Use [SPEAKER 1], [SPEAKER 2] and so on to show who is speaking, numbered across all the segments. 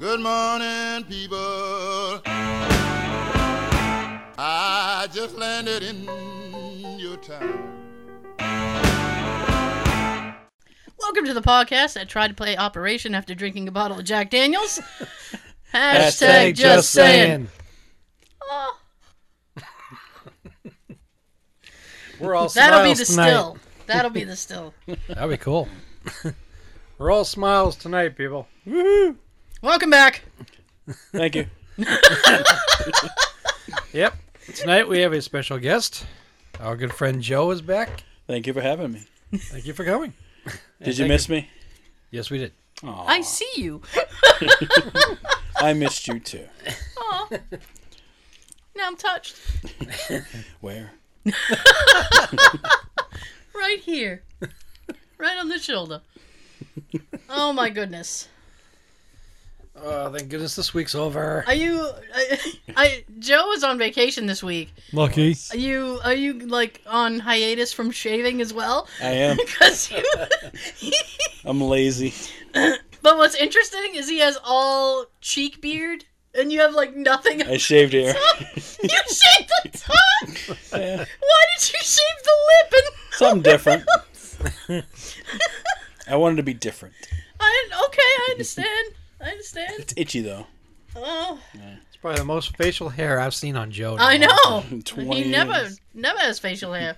[SPEAKER 1] Good morning, people. I just landed in your town.
[SPEAKER 2] Welcome to the podcast that tried to play Operation after drinking a bottle of Jack Daniels.
[SPEAKER 3] Hashtag
[SPEAKER 2] Hashtag just saying. Oh,
[SPEAKER 3] We're all
[SPEAKER 2] that'll be
[SPEAKER 3] smiles
[SPEAKER 2] the
[SPEAKER 3] tonight.
[SPEAKER 2] still. That'll be the still.
[SPEAKER 3] That'd be cool. We're all smiles tonight, people. Woohoo!
[SPEAKER 2] Welcome back.
[SPEAKER 4] Thank you.
[SPEAKER 3] Yep. Tonight we have a special guest. Our good friend Joe is back.
[SPEAKER 4] Thank you for having me.
[SPEAKER 3] Thank you for coming.
[SPEAKER 4] Did you
[SPEAKER 3] thank
[SPEAKER 4] miss me?
[SPEAKER 3] Yes, we did.
[SPEAKER 2] I see you.
[SPEAKER 4] I missed you too.
[SPEAKER 2] Oh. Now I'm touched
[SPEAKER 4] Where?
[SPEAKER 2] right here, right on the shoulder. Oh my goodness.
[SPEAKER 3] Oh, thank goodness this week's over.
[SPEAKER 2] Are you? I, I Joe is on vacation this week.
[SPEAKER 3] Lucky.
[SPEAKER 2] Are you? Are you like on hiatus from shaving as well?
[SPEAKER 4] I am.
[SPEAKER 2] Because you.
[SPEAKER 4] I'm lazy.
[SPEAKER 2] But what's interesting is he has all cheek beard, and you have like nothing.
[SPEAKER 4] I shaved hair.
[SPEAKER 2] you shaved the tongue.
[SPEAKER 4] Yeah,
[SPEAKER 2] Why did you shave the lip? And
[SPEAKER 4] something different. I wanted to be different.
[SPEAKER 2] I didn't- okay, I understand. I understand.
[SPEAKER 4] It's itchy though.
[SPEAKER 2] Oh,
[SPEAKER 3] It's probably the most facial hair I've seen on Joe. in a
[SPEAKER 2] I
[SPEAKER 3] while.
[SPEAKER 2] know.
[SPEAKER 4] 20
[SPEAKER 2] He never,
[SPEAKER 4] years.
[SPEAKER 2] never has facial hair.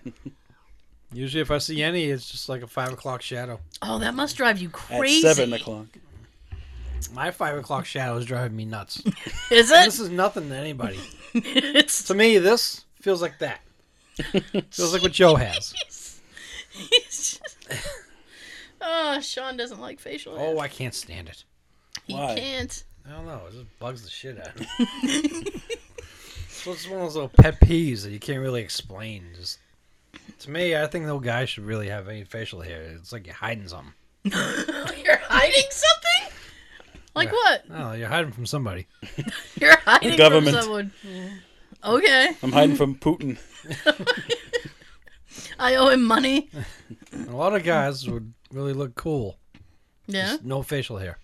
[SPEAKER 3] Usually, if I see any, it's just like a five o'clock shadow.
[SPEAKER 2] Oh, that must drive you
[SPEAKER 4] At
[SPEAKER 2] crazy.
[SPEAKER 4] seven o'clock.
[SPEAKER 3] My five o'clock shadow is driving me nuts.
[SPEAKER 2] Is
[SPEAKER 3] this
[SPEAKER 2] it?
[SPEAKER 3] is nothing to anybody.
[SPEAKER 2] it's
[SPEAKER 3] To me, this feels like that. feels like what Joe has.
[SPEAKER 2] he's just. Oh, Sean doesn't like facial hair.
[SPEAKER 3] Oh, I can't stand it.
[SPEAKER 2] he
[SPEAKER 4] why?
[SPEAKER 2] can't.
[SPEAKER 3] I don't know. It just bugs the shit out of me. so it's one of those little pet peeves that you can't really explain. Just to me, I think no guy should really have any facial hair. It's like you're hiding something.
[SPEAKER 2] You're hiding something. Like
[SPEAKER 3] Yeah.
[SPEAKER 2] what?
[SPEAKER 3] No, you're hiding from somebody.
[SPEAKER 2] You're hiding
[SPEAKER 4] government.
[SPEAKER 2] from someone. Okay,
[SPEAKER 4] I'm hiding from Putin.
[SPEAKER 2] I owe him money.
[SPEAKER 3] And a lot of guys would really look cool.
[SPEAKER 2] Yeah,
[SPEAKER 3] Just no facial hair.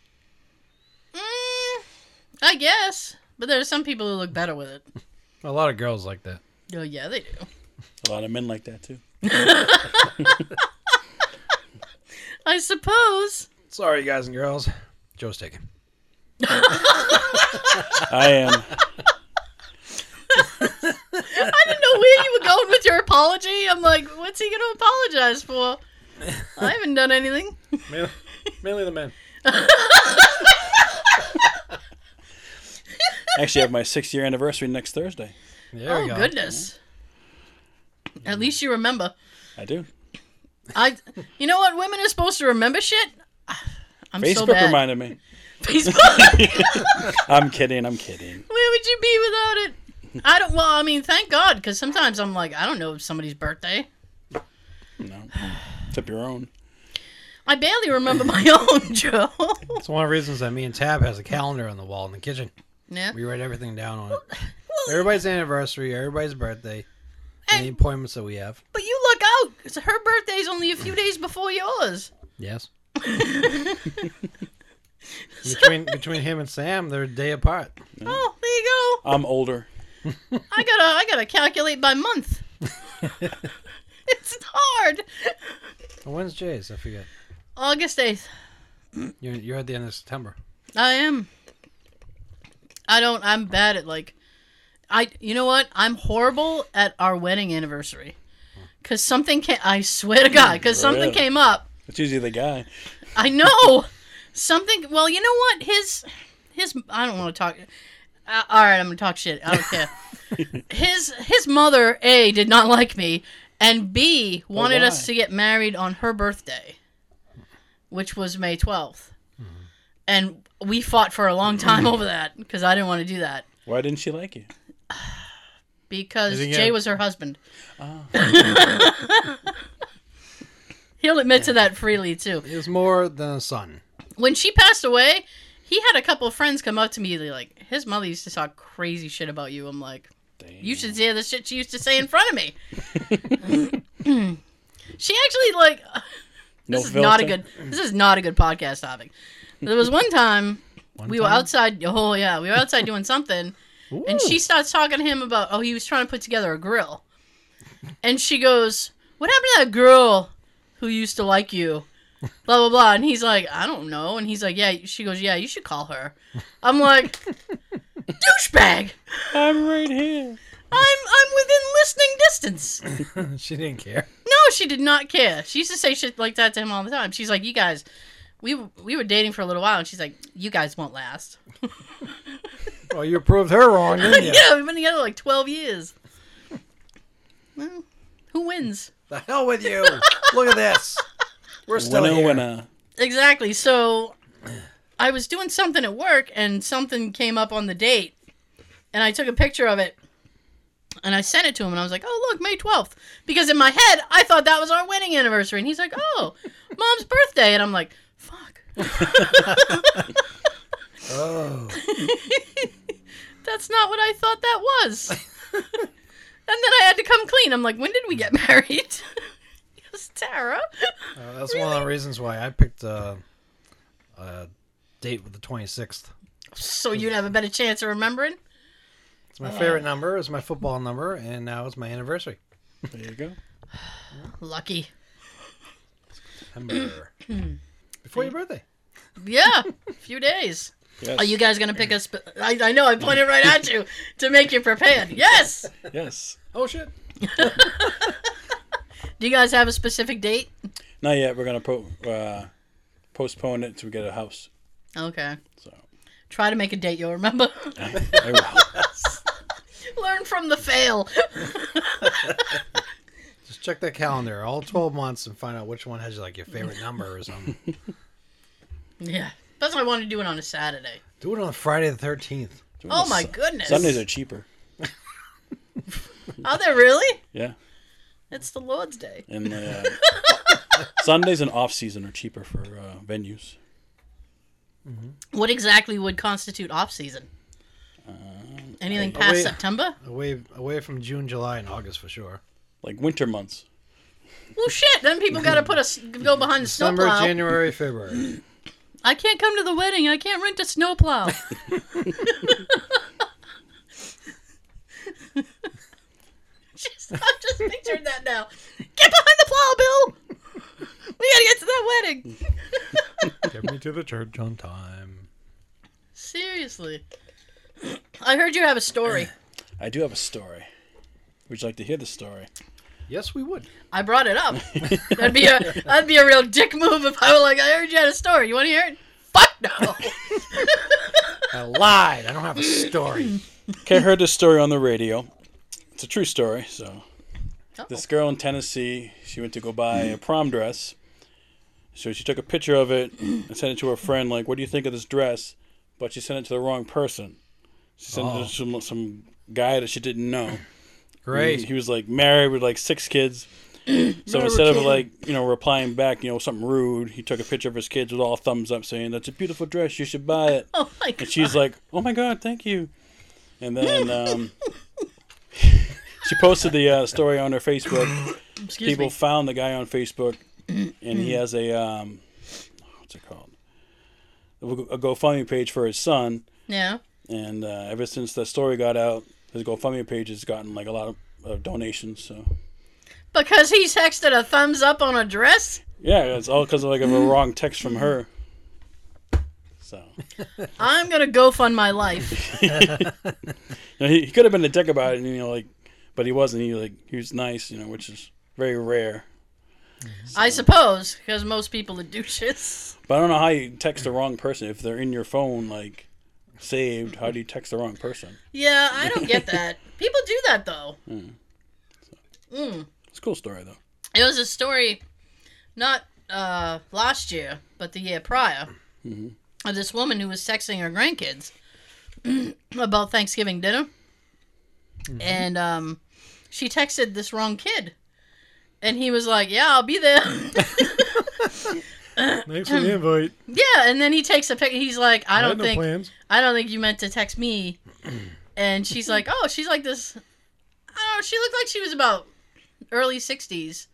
[SPEAKER 2] mm, I guess. But there are some people who look better with it.
[SPEAKER 3] A lot of girls like that.
[SPEAKER 2] Oh yeah, they do.
[SPEAKER 4] A lot of men like that too.
[SPEAKER 2] I suppose.
[SPEAKER 3] Sorry, guys and girls. Joe's taken.
[SPEAKER 4] I am.
[SPEAKER 2] I didn't know where you were going with your apology. I'm like, what's he going to apologize for? I haven't done anything.
[SPEAKER 3] Mainly, mainly the men.
[SPEAKER 4] Actually, I have my six year anniversary next Thursday.
[SPEAKER 3] There
[SPEAKER 2] oh
[SPEAKER 3] we go.
[SPEAKER 2] goodness. At least you remember.
[SPEAKER 4] I do.
[SPEAKER 2] I. You know what? Women are supposed to remember shit. I'm
[SPEAKER 4] Facebook
[SPEAKER 2] so bad.
[SPEAKER 4] reminded me.
[SPEAKER 2] Facebook.
[SPEAKER 4] I'm kidding. I'm kidding.
[SPEAKER 2] Where would you be without it? I don't. Well, I mean, thank God, because sometimes I'm like, I don't know somebody's birthday.
[SPEAKER 4] No. Except your own.
[SPEAKER 2] I barely remember my own, Joe.
[SPEAKER 3] It's one of the reasons that me and Tab has a calendar on the wall in the kitchen.
[SPEAKER 2] yeah.
[SPEAKER 3] We write everything down on it. Everybody's anniversary, everybody's birthday, any
[SPEAKER 2] And,
[SPEAKER 3] appointments that we have.
[SPEAKER 2] but you look out. 'cause Her birthday's only a few days before yours.
[SPEAKER 3] Yes. between between him and Sam, they're a day apart.
[SPEAKER 2] Oh, there you go.
[SPEAKER 4] I'm older.
[SPEAKER 2] I gotta, I gotta calculate by month. it's hard.
[SPEAKER 3] When's Jay's? I forget.
[SPEAKER 2] August eighth.
[SPEAKER 3] You're, you're at the end of September.
[SPEAKER 2] I am. I don't. I'm bad at like. I. You know what? I'm horrible at our wedding anniversary. Cause something came. I swear to God. Cause something
[SPEAKER 4] Really?
[SPEAKER 2] came up.
[SPEAKER 4] It's usually the guy.
[SPEAKER 2] I know. something. Well, you know what? His. His. I don't want to talk. Uh, all right, I'm gonna talk shit. I don't care. his his mother A did not like me, and B wanted
[SPEAKER 4] why?
[SPEAKER 2] us to get married on her birthday, which was May 12th and we fought for a long time over that because I didn't want to do that
[SPEAKER 4] Why didn't she like you?
[SPEAKER 2] because
[SPEAKER 3] Is he
[SPEAKER 2] Jay
[SPEAKER 3] gonna-
[SPEAKER 2] was her husband. He'll admit to that freely too.
[SPEAKER 3] It was more than a son.
[SPEAKER 2] When she passed away, he had a couple of friends come up to me. They're like, "His mother used to talk crazy shit about you." I'm like,
[SPEAKER 4] Damn.
[SPEAKER 2] "You should hear the shit she used to say in front of me." she actually like
[SPEAKER 4] no
[SPEAKER 2] this is not a
[SPEAKER 4] filter?
[SPEAKER 2] good this is not a good podcast topic. There was one time
[SPEAKER 3] One
[SPEAKER 2] we were
[SPEAKER 3] time?
[SPEAKER 2] outside. Oh yeah, we were outside doing something, and
[SPEAKER 3] Ooh.
[SPEAKER 2] she starts talking to him about oh he was trying to put together a grill, and she goes, "What happened to that girl who used to like you?" Blah blah blah, and he's like, "I don't know," and he's like, "Yeah." She goes, "Yeah, you should call her." I'm like, douchebag.
[SPEAKER 4] I'm right here.
[SPEAKER 2] I'm I'm within listening distance.
[SPEAKER 3] she didn't care.
[SPEAKER 2] No, she did not care. She used to say shit like that to him all the time. She's like, "You guys, we we were dating for a little while," and she's like, "You guys won't last."
[SPEAKER 3] Well, you proved her wrong, didn't you?
[SPEAKER 2] yeah, we've been together like twelve years. Well, who wins?
[SPEAKER 3] The hell with you! Look at this. We're still
[SPEAKER 4] Winner,
[SPEAKER 3] here.
[SPEAKER 4] winner.
[SPEAKER 2] Exactly. So, I was doing something at work, and something came up on the date, and I took a picture of it, and I sent it to him, and I was like, "Oh, look, May twelfth," because in my head I thought that was our wedding anniversary, and he's like, "Oh, mom's birthday," and I'm like, "Fuck."
[SPEAKER 3] Oh,
[SPEAKER 2] that's not what I thought that was. and then I had to come clean. I'm like, when did we get married? it was Tara.
[SPEAKER 3] uh, that's one of the reasons why I picked uh, a date with the 26th.
[SPEAKER 2] So you'd have a better chance of remembering.
[SPEAKER 3] It's my favorite number. It's my football number, and now it's my anniversary.
[SPEAKER 4] There you go.
[SPEAKER 2] Lucky.
[SPEAKER 3] Number. Before your birthday.
[SPEAKER 2] Yeah, a few days.
[SPEAKER 4] Yes.
[SPEAKER 2] Are you guys gonna pick a? Sp- I, I know I pointed right at you to make you prepared. Yes.
[SPEAKER 4] yes.
[SPEAKER 3] Oh shit!
[SPEAKER 2] Do you guys have a specific date?
[SPEAKER 4] Not yet. We're gonna po- uh, postpone it until we get a house.
[SPEAKER 2] Okay.
[SPEAKER 4] So
[SPEAKER 2] Try to make a date you'll remember.
[SPEAKER 4] I will.
[SPEAKER 2] Learn from the fail.
[SPEAKER 3] Just check that calendar, all 12 months, and find out which one has like your favorite number or something.
[SPEAKER 2] yeah. That's why I wanted to do it on a Saturday.
[SPEAKER 3] Do it on Friday the 13th.
[SPEAKER 2] Oh my goodness.
[SPEAKER 4] Sundays are cheaper.
[SPEAKER 2] Are they really?
[SPEAKER 4] Yeah,
[SPEAKER 2] It's the Lord's Day.
[SPEAKER 4] and uh, Sundays and off season are cheaper for uh, venues.
[SPEAKER 2] What exactly would constitute off season?
[SPEAKER 4] Uh,
[SPEAKER 2] Anything past
[SPEAKER 3] wait.
[SPEAKER 2] September?
[SPEAKER 3] Away, away from June, July, and August for sure.
[SPEAKER 4] Like winter months.
[SPEAKER 2] Well, shit. Then people gotta put us go behind the
[SPEAKER 3] December,
[SPEAKER 2] snowplow.
[SPEAKER 3] January, February.
[SPEAKER 2] I can't come to the wedding. I can't rent a snowplow. just, I'm just picturing that now. Get behind the plow, Bill. We gotta get to that wedding.
[SPEAKER 3] Get me to the church on time.
[SPEAKER 2] Seriously. I heard you have a story.
[SPEAKER 4] I do have a story. Would you like to hear the story?
[SPEAKER 3] Yes, we would.
[SPEAKER 2] I brought it up. That'd be a that'd be a real dick move if I were like, I heard you had a story. You want to hear it? Fuck no.
[SPEAKER 3] I lied. I don't have a story.
[SPEAKER 4] Okay, I heard this story on the radio. It's a true story. So,
[SPEAKER 2] Uh-oh.
[SPEAKER 4] this girl in Tennessee, she went to go buy a prom dress. So she took a picture of it and sent it to her friend. Like, what do you think of this dress? But she sent it to the wrong person. She sent it to some, some guy that she didn't know. He,
[SPEAKER 3] Great.
[SPEAKER 4] he was like married with like six kids. So instead of like you know replying back, you know something rude, he took a picture of his kids with all thumbs up, saying that's a beautiful dress, you should buy it.
[SPEAKER 2] Oh my god.
[SPEAKER 4] And she's like, "Oh my god, thank you." And then um, she posted the uh, story on her Facebook.
[SPEAKER 2] Excuse
[SPEAKER 4] People
[SPEAKER 2] me.
[SPEAKER 4] found the guy on Facebook, and he has a um, what's it called? A GoFundMe page for his son.
[SPEAKER 2] Yeah.
[SPEAKER 4] And uh, ever since the story got out, his GoFundMe page has gotten like a lot of, of donations. So
[SPEAKER 2] Because he texted a thumbs up on a dress.
[SPEAKER 4] yeah, it's all because of like of a wrong text from her. So
[SPEAKER 2] I'm gonna go fund my life.
[SPEAKER 4] You know, he, he could have been a dick about it, and you know, like, but he wasn't. He like he was nice, you know, which is very rare.
[SPEAKER 2] I suppose, because most people are douches.
[SPEAKER 4] But I don't know how you text the wrong person if they're in your phone, like saved. How do you text the wrong person?
[SPEAKER 2] Yeah, I don't get that. People do that though. Hmm.
[SPEAKER 4] It's a cool story though.
[SPEAKER 2] It was a story, not uh, last year, but the year prior, of this woman who was texting her grandkids about Thanksgiving dinner, and um, she texted this wrong kid, and he was like, "Yeah, I'll be there."
[SPEAKER 3] Thanks for the invite.
[SPEAKER 2] yeah, and then he takes a pic. He's like, "I don't think
[SPEAKER 3] plans.
[SPEAKER 2] I don't think you meant to text me," and she's like, "Oh, she's like this." I don't know. She looked like she was about early sixties.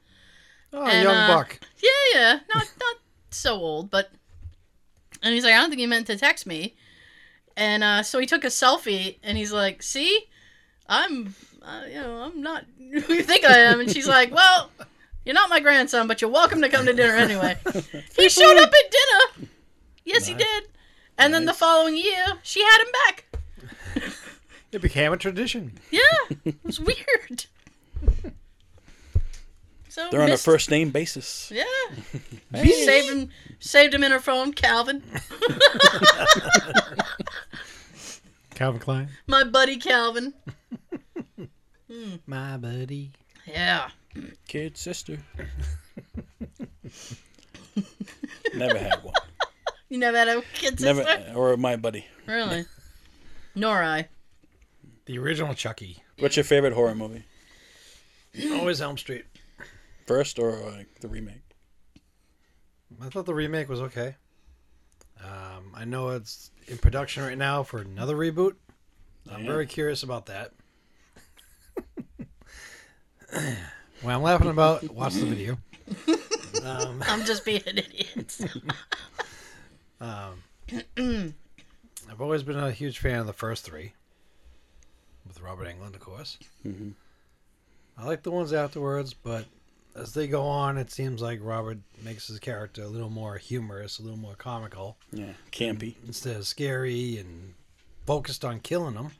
[SPEAKER 3] Oh,
[SPEAKER 2] And,
[SPEAKER 3] young
[SPEAKER 2] uh,
[SPEAKER 3] buck.
[SPEAKER 2] Yeah, yeah, not not so old, but and he's like, I don't think you meant to text me, and uh, so he took a selfie, and he's like, "See, I'm, uh, you know, I'm not who you think I am." And she's like, "Well, you're not my grandson, but you're welcome to come to dinner anyway." he showed up at dinner. Yes, he
[SPEAKER 3] Nice.
[SPEAKER 2] did. And then the following year, she had him back.
[SPEAKER 5] It became a tradition.
[SPEAKER 2] Yeah, it was weird. So
[SPEAKER 4] They're on a
[SPEAKER 2] missed-
[SPEAKER 4] first name basis.
[SPEAKER 2] Yeah, she saved him. Saved him in her phone, Calvin.
[SPEAKER 5] Calvin Klein.
[SPEAKER 2] My buddy Calvin.
[SPEAKER 5] My buddy.
[SPEAKER 2] Yeah.
[SPEAKER 4] Kid sister. Never had one.
[SPEAKER 2] You never had a kid sister?
[SPEAKER 4] Never or my buddy.
[SPEAKER 2] Really? Nor I.
[SPEAKER 3] The original Chucky.
[SPEAKER 4] What's your favorite horror movie?
[SPEAKER 3] Always Elm Street.
[SPEAKER 4] First or uh, the remake?
[SPEAKER 3] I thought the remake was okay. Um, I know it's in production right now for another reboot. I'm
[SPEAKER 4] Yeah.
[SPEAKER 3] very curious about that. when I'm laughing about, watch the video. Um,
[SPEAKER 2] I'm just being an idiot.
[SPEAKER 3] I've always been a huge fan of the first three, with Robert Englund, of course. I like the ones afterwards, but as they go on, it seems like Robert makes his character a little more humorous, a little more comical.
[SPEAKER 4] Yeah, campy.
[SPEAKER 3] instead of scary and focused on killing them.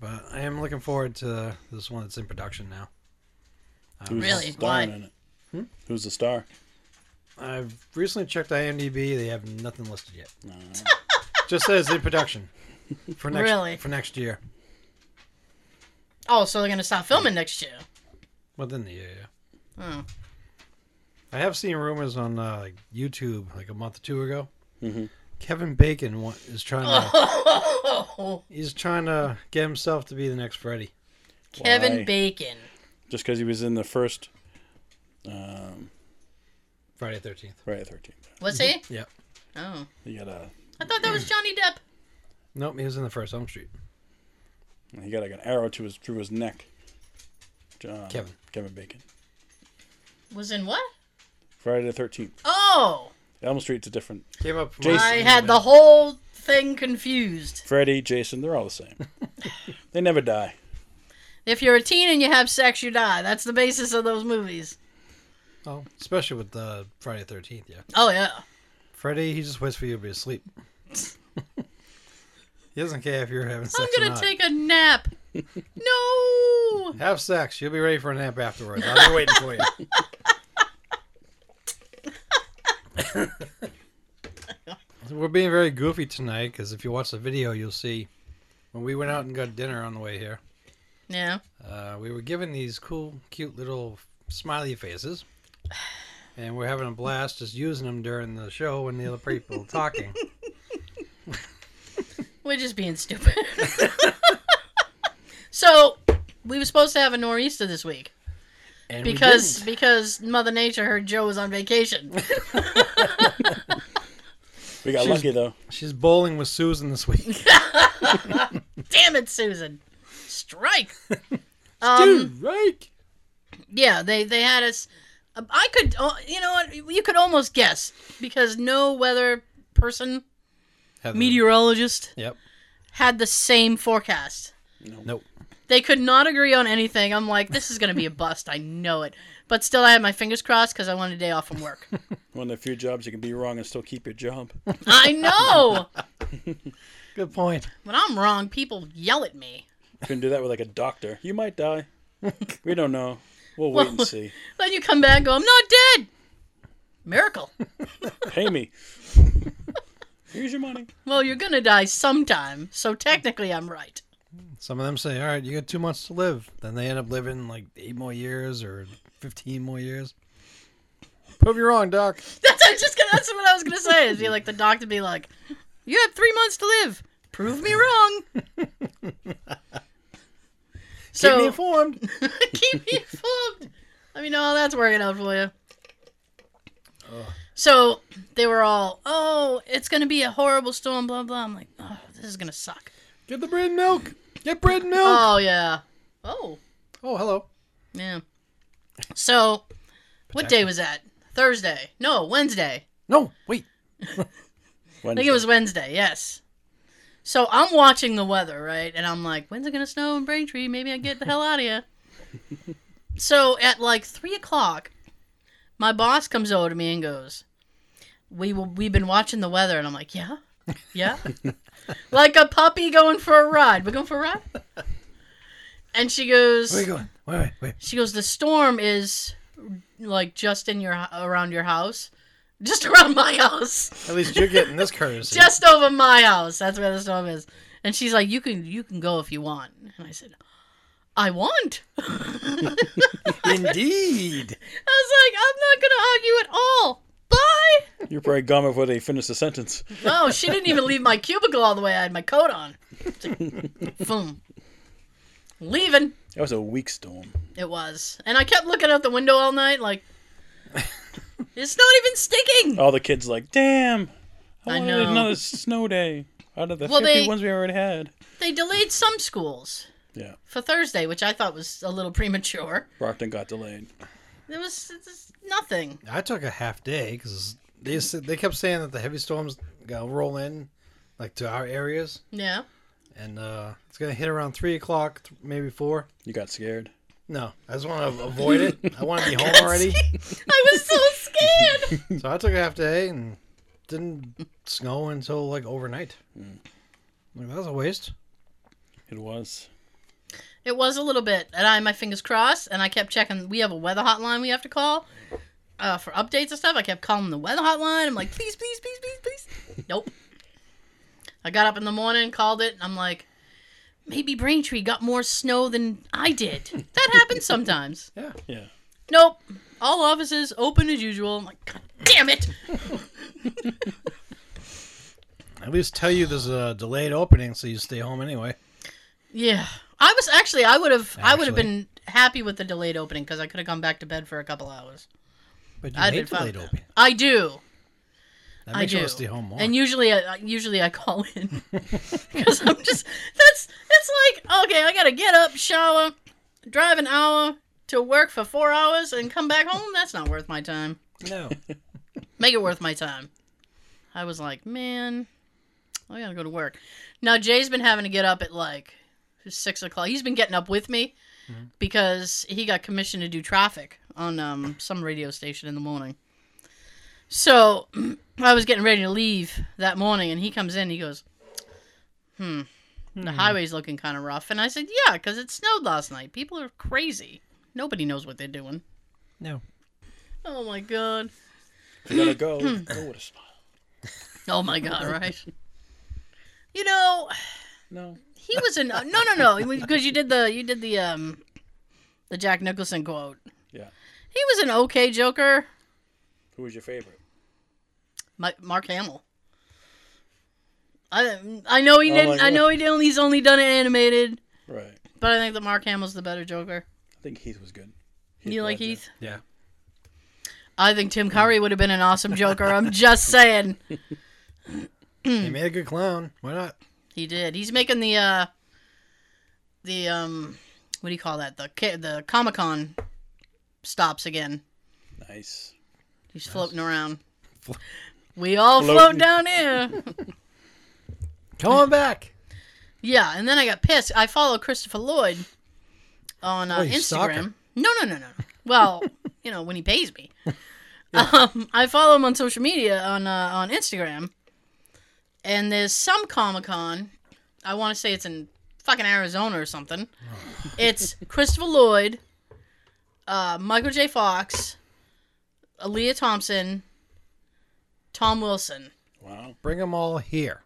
[SPEAKER 3] But I am looking forward to this one that's in production now.
[SPEAKER 4] Who's
[SPEAKER 2] Really?
[SPEAKER 4] The star
[SPEAKER 2] Why?
[SPEAKER 4] in it? Who's the star?
[SPEAKER 3] I've recently checked IMDb; they have nothing listed yet. Just says in production for next
[SPEAKER 2] Really?
[SPEAKER 3] for next year,
[SPEAKER 2] oh, so they're going to stop filming next year.
[SPEAKER 3] within the year. Yeah.
[SPEAKER 2] Oh.
[SPEAKER 3] I have seen rumors on uh, like, YouTube like a month or two ago. Kevin Bacon wa- is trying to he's trying to get himself to be the next Freddy.
[SPEAKER 2] Kevin
[SPEAKER 4] Why?
[SPEAKER 2] Bacon.
[SPEAKER 4] Just because he was in the first
[SPEAKER 3] Friday Thirteenth.
[SPEAKER 4] Friday Thirteenth.
[SPEAKER 2] Was he?
[SPEAKER 3] Yep.
[SPEAKER 2] Oh.
[SPEAKER 4] He got a
[SPEAKER 2] I thought that was Johnny Depp.
[SPEAKER 3] Nope, he was in the first Elm Street.
[SPEAKER 4] he got like an arrow to his through his neck. Uh,
[SPEAKER 3] Kevin.
[SPEAKER 4] Kevin Bacon.
[SPEAKER 2] Was in what?
[SPEAKER 4] Friday the Thirteenth.
[SPEAKER 2] Oh.
[SPEAKER 4] Elm Street's a different.
[SPEAKER 3] Came up. from-
[SPEAKER 4] Jason-
[SPEAKER 2] I had the whole thing confused.
[SPEAKER 4] Freddy, Jason, they're all the same. they never die.
[SPEAKER 2] If you're a teen and you have sex, you die. That's the basis of those movies.
[SPEAKER 3] Oh, especially with uh, Friday Thirteenth, yeah.
[SPEAKER 2] Oh, yeah.
[SPEAKER 3] Freddy, he just waits for you to be asleep. he doesn't care if you're having
[SPEAKER 2] I'm
[SPEAKER 3] sex or
[SPEAKER 2] going
[SPEAKER 3] not.
[SPEAKER 2] to take a nap. no.
[SPEAKER 3] Have sex. You'll be ready for a nap afterwards. I'll be waiting for you. We're being very goofy tonight because if you watch the video, you'll see when we went out and got dinner on the way here.
[SPEAKER 2] Yeah.
[SPEAKER 3] Uh, we were given these cool, cute little smiley faces, and we're having a blast just using them during the show when the other people are talking.
[SPEAKER 2] We're just being stupid. so we were supposed to have a nor'easter this week
[SPEAKER 3] And we
[SPEAKER 2] because
[SPEAKER 3] didn't.
[SPEAKER 2] because Mother Nature heard Joe was on vacation.
[SPEAKER 4] We got
[SPEAKER 3] She's-
[SPEAKER 4] lucky though.
[SPEAKER 3] she's bowling with Susan this week.
[SPEAKER 2] Damn it, Susan! Strike. Um,
[SPEAKER 3] right?
[SPEAKER 2] yeah, they they had us. I could, uh, you know what? You could almost guess because no weather person,
[SPEAKER 3] Heather.
[SPEAKER 2] meteorologist,
[SPEAKER 3] Yep.
[SPEAKER 2] had the same forecast.
[SPEAKER 3] Nope.
[SPEAKER 2] They could not agree on anything. I'm like, this is going to be a bust. I know it. But still, I had my fingers crossed because I wanted a day off from work.
[SPEAKER 4] One of the few jobs you can be wrong and still keep your job.
[SPEAKER 2] I know.
[SPEAKER 3] Good point.
[SPEAKER 2] When I'm wrong, people yell at me.
[SPEAKER 4] Couldn't do that with like a doctor. You might die. We don't know. We'll wait and see.
[SPEAKER 2] Then you come back and go, I'm not dead. Miracle.
[SPEAKER 4] Pay me. Here's your money.
[SPEAKER 2] Well, you're going to die sometime, so technically I'm right.
[SPEAKER 3] Some of them say, "All right, you got two months to live." Then they end up living like eight more years or fifteen more years. Prove you wrong, Doc.
[SPEAKER 2] That's, I'm just gonna, that's what I was going to say. Is be like the doctor be like, you have three months to live. Prove me wrong.
[SPEAKER 3] Keep me
[SPEAKER 2] so
[SPEAKER 3] informed.
[SPEAKER 2] keep me informed. Let me know how that's working out for you. So they were all, oh, it's going to be a horrible storm, blah, blah. I'm like, oh, this is going to suck.
[SPEAKER 3] Get the bread and milk. Get bread and milk.
[SPEAKER 2] Oh, yeah. Oh,
[SPEAKER 3] oh, hello.
[SPEAKER 2] yeah. So what day was that? Thursday. No, Wednesday.
[SPEAKER 3] No, wait.
[SPEAKER 2] I think it was Wednesday, yes. So I'm watching the weather, right? And I'm like, when's it gonna snow in Braintree? Maybe I get the hell out of here. so at like three o'clock, my boss comes over to me and goes, "We will, we've been watching the weather," and I'm like, "Yeah, yeah," like a puppy going for a ride. We're going for a ride. And she goes,
[SPEAKER 3] Where are you going? Wait, wait, wait.
[SPEAKER 2] she goes, the storm is like just in your around your house, just around my house,
[SPEAKER 3] At least you're getting this courtesy.
[SPEAKER 2] just over my house. That's where the storm is. And she's like, you can you can go if you want. And I said, I want. I was
[SPEAKER 3] Indeed.
[SPEAKER 2] like, I'm not gonna argue at all. Bye.
[SPEAKER 4] You're probably gone before they finish the sentence.
[SPEAKER 2] No, she didn't even leave my cubicle all the way. I had my coat on. Boom. Leaving.
[SPEAKER 4] That was a weak storm.
[SPEAKER 2] It was. And I kept looking out the window all night, like, it's not even sticking.
[SPEAKER 4] All the kids like, damn, I
[SPEAKER 2] I
[SPEAKER 4] wanted
[SPEAKER 2] know.
[SPEAKER 4] another snow day out of the
[SPEAKER 2] Well,
[SPEAKER 4] 50
[SPEAKER 2] they-
[SPEAKER 4] ones we already had.
[SPEAKER 2] They delayed some schools
[SPEAKER 4] Yeah,
[SPEAKER 2] for Thursday, which I thought was a little premature.
[SPEAKER 4] Brockton got delayed.
[SPEAKER 2] There was it's just nothing.
[SPEAKER 3] I took a half day because they s- they kept saying that the heavy storms gonna roll in, like to our areas,
[SPEAKER 2] Yeah.
[SPEAKER 3] and uh, it's gonna hit around three o'clock, th- maybe four.
[SPEAKER 4] You got scared.
[SPEAKER 3] No, I just want to avoid it. I want to be home already.
[SPEAKER 2] I was so scared.
[SPEAKER 3] So I took a half day and didn't snow until like overnight. Like, that was a waste.
[SPEAKER 4] It was.
[SPEAKER 2] it was a little bit, and I had my fingers crossed, and I kept checking. We have a weather hotline we have to call uh, for updates and stuff. I kept calling the weather hotline. I'm like, please, please, please, please, please. Nope. I got up in the morning, called it, and I'm like, maybe Braintree got more snow than I did. That happens sometimes.
[SPEAKER 4] Yeah.
[SPEAKER 2] Nope. All offices open as usual. I'm like, God damn it.
[SPEAKER 3] At least tell you there's a delayed opening, so you stay home anyway.
[SPEAKER 2] Yeah. I was actually I would have I would have
[SPEAKER 3] Actually.
[SPEAKER 2] been happy with the delayed opening because I could have gone back to bed for a couple hours.
[SPEAKER 3] But you
[SPEAKER 2] I'd
[SPEAKER 3] hate
[SPEAKER 2] been fine
[SPEAKER 3] delayed
[SPEAKER 2] with
[SPEAKER 3] opening.
[SPEAKER 2] I do.
[SPEAKER 3] That
[SPEAKER 2] I
[SPEAKER 3] makes you
[SPEAKER 2] do.
[SPEAKER 3] want to stay home more.
[SPEAKER 2] And usually I usually I call in because I'm just that's it's like okay I gotta get up shower drive an hour to work for four hours and come back home that's not worth my time
[SPEAKER 3] no,
[SPEAKER 2] make it worth my time. I was like man I gotta go to work. Now Jay's been having to get up at like six o'clock. He's been getting up with me because he got commissioned to do traffic on um, some radio station in the morning. So I was getting ready to leave that morning, and he comes in. He goes, "Hmm, the highway's looking kind of rough." And I said, "Yeah, because it snowed last night. People are crazy. Nobody knows what they're doing."
[SPEAKER 3] no.
[SPEAKER 2] Oh my god.
[SPEAKER 4] You gotta go.
[SPEAKER 2] Hmm.
[SPEAKER 4] oh, what a smile.
[SPEAKER 2] Oh my god. Right. You know,
[SPEAKER 4] No.
[SPEAKER 2] He was in uh, no, no, no, because you did the you did the um the Jack Nicholson quote.
[SPEAKER 4] Yeah.
[SPEAKER 2] He was an okay Joker,
[SPEAKER 4] Who was your favorite?
[SPEAKER 2] Mi- Mark Hamill. I I know he
[SPEAKER 4] Oh
[SPEAKER 2] didn't.
[SPEAKER 4] my
[SPEAKER 2] I know he did He's only done it animated,
[SPEAKER 4] Right.
[SPEAKER 2] but I think that Mark Hamill's the better Joker.
[SPEAKER 4] I think Heath was good.
[SPEAKER 2] you like
[SPEAKER 4] Ledger.
[SPEAKER 2] Heath?
[SPEAKER 3] Yeah.
[SPEAKER 2] I think Tim Curry would have been an awesome Joker. I'm just saying.
[SPEAKER 3] You
[SPEAKER 2] Hmm.
[SPEAKER 3] made a good clown. Why not?
[SPEAKER 2] He did. He's making the uh the um what do you call that? The ca- the Comic Con stops again.
[SPEAKER 4] Nice.
[SPEAKER 2] He's floating around. We all float
[SPEAKER 4] Floating.
[SPEAKER 2] down here.
[SPEAKER 3] Come on back.
[SPEAKER 2] yeah, and then I got pissed. I follow Christopher Lloyd on uh,
[SPEAKER 3] Oh, you stalk
[SPEAKER 2] Instagram.
[SPEAKER 3] him.
[SPEAKER 2] No, no, no, no. Well, you know when he pays me. Um, I follow him on social media on uh, on Instagram, and there's some Comic Con. I want to say it's in fucking Arizona or something. it's Christopher Lloyd, uh, Michael J. Fox, Aaliyah Thompson, Tom Wilson.
[SPEAKER 4] Wow.
[SPEAKER 3] Bring them all here.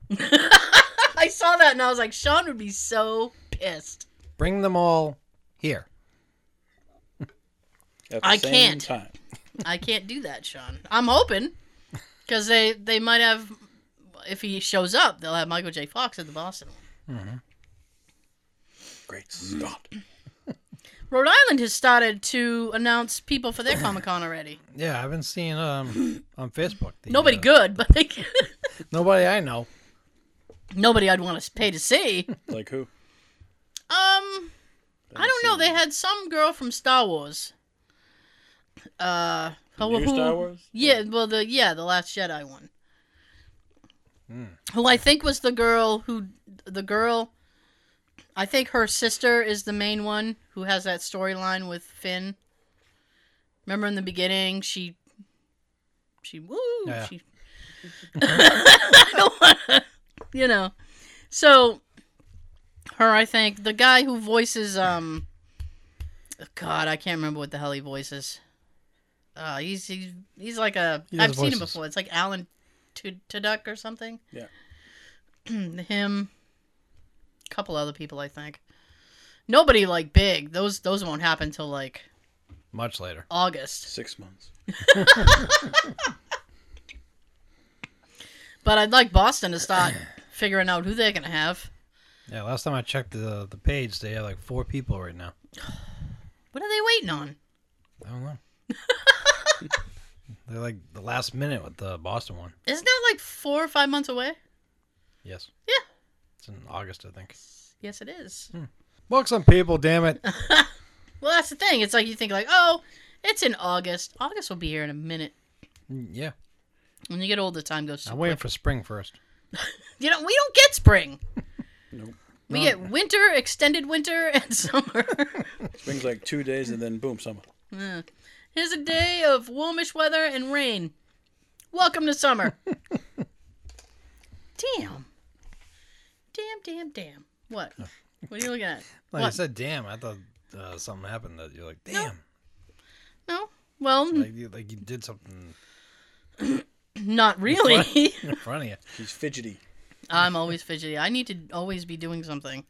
[SPEAKER 2] I saw that and I was like, Sean would be so pissed.
[SPEAKER 3] Bring them all here.
[SPEAKER 4] At the
[SPEAKER 2] I
[SPEAKER 4] same
[SPEAKER 2] can't.
[SPEAKER 4] Time.
[SPEAKER 2] I can't do that, Sean. I'm hoping because they they might have if he shows up, they'll have Michael J. Fox at the Boston. one.
[SPEAKER 4] Great Scott.
[SPEAKER 2] Rhode Island has started to announce people for their Comic Con already.
[SPEAKER 3] Yeah, I've been seeing um on Facebook. the,
[SPEAKER 2] Nobody
[SPEAKER 3] uh,
[SPEAKER 2] good, but they,
[SPEAKER 3] Nobody I know.
[SPEAKER 2] nobody I'd want to pay to see.
[SPEAKER 4] Like who?
[SPEAKER 2] Um, I don't know. They had some girl from Star Wars. Uh, who-
[SPEAKER 4] New
[SPEAKER 2] who-
[SPEAKER 4] Star Wars?
[SPEAKER 2] Yeah, well, the yeah, the Last Jedi one. Who I think was the girl who the girl. I think her sister is the main one who has that storyline with Finn. Remember in the beginning, she, she woo,
[SPEAKER 3] Yeah.
[SPEAKER 2] she. I don't wanna- you know, so her. I think the guy who voices um. God, I can't remember what the hell he voices. Uh, he's he's he's like a.
[SPEAKER 3] He does
[SPEAKER 2] have seen him
[SPEAKER 3] voices.
[SPEAKER 2] before. It's like Alan Tud- Tudyk or something.
[SPEAKER 4] Yeah.
[SPEAKER 2] him, a couple other people, I think. Nobody like big. Those those won't happen till like
[SPEAKER 3] Much later.
[SPEAKER 2] August.
[SPEAKER 4] Six months.
[SPEAKER 2] But I'd like Boston to start figuring out who they're gonna have.
[SPEAKER 3] Yeah, last time I checked the the page, they have like four people right now.
[SPEAKER 2] What are they waiting on?
[SPEAKER 3] I don't know. They're like the last minute with the Boston one.
[SPEAKER 2] Isn't that like four or five months away?
[SPEAKER 3] Yes.
[SPEAKER 2] Yeah.
[SPEAKER 3] It's in August, I think.
[SPEAKER 2] Yes, it is.
[SPEAKER 3] Books on people, damn it.
[SPEAKER 2] Well, that's the thing. It's like you think like, oh, it's in August. August will be here in a minute.
[SPEAKER 3] yeah.
[SPEAKER 2] When you get older, time goes. Too
[SPEAKER 3] I'm waiting
[SPEAKER 2] quick.
[SPEAKER 3] for spring first.
[SPEAKER 2] You know, we don't get spring.
[SPEAKER 4] Nope.
[SPEAKER 2] We get winter, extended winter, and summer.
[SPEAKER 4] Spring's like two days and then boom, summer.
[SPEAKER 2] Here's a day of warmish weather and rain. Welcome to summer. damn. Damn, damn, damn. What? What are you looking at?
[SPEAKER 3] Like I
[SPEAKER 2] What?
[SPEAKER 3] said, damn, I thought uh, something happened that you're like, damn.
[SPEAKER 2] No? Well,
[SPEAKER 3] Like, you, like you did something
[SPEAKER 2] not really.
[SPEAKER 3] in front of you.
[SPEAKER 4] He's fidgety.
[SPEAKER 2] I'm always fidgety. I need to always be doing something.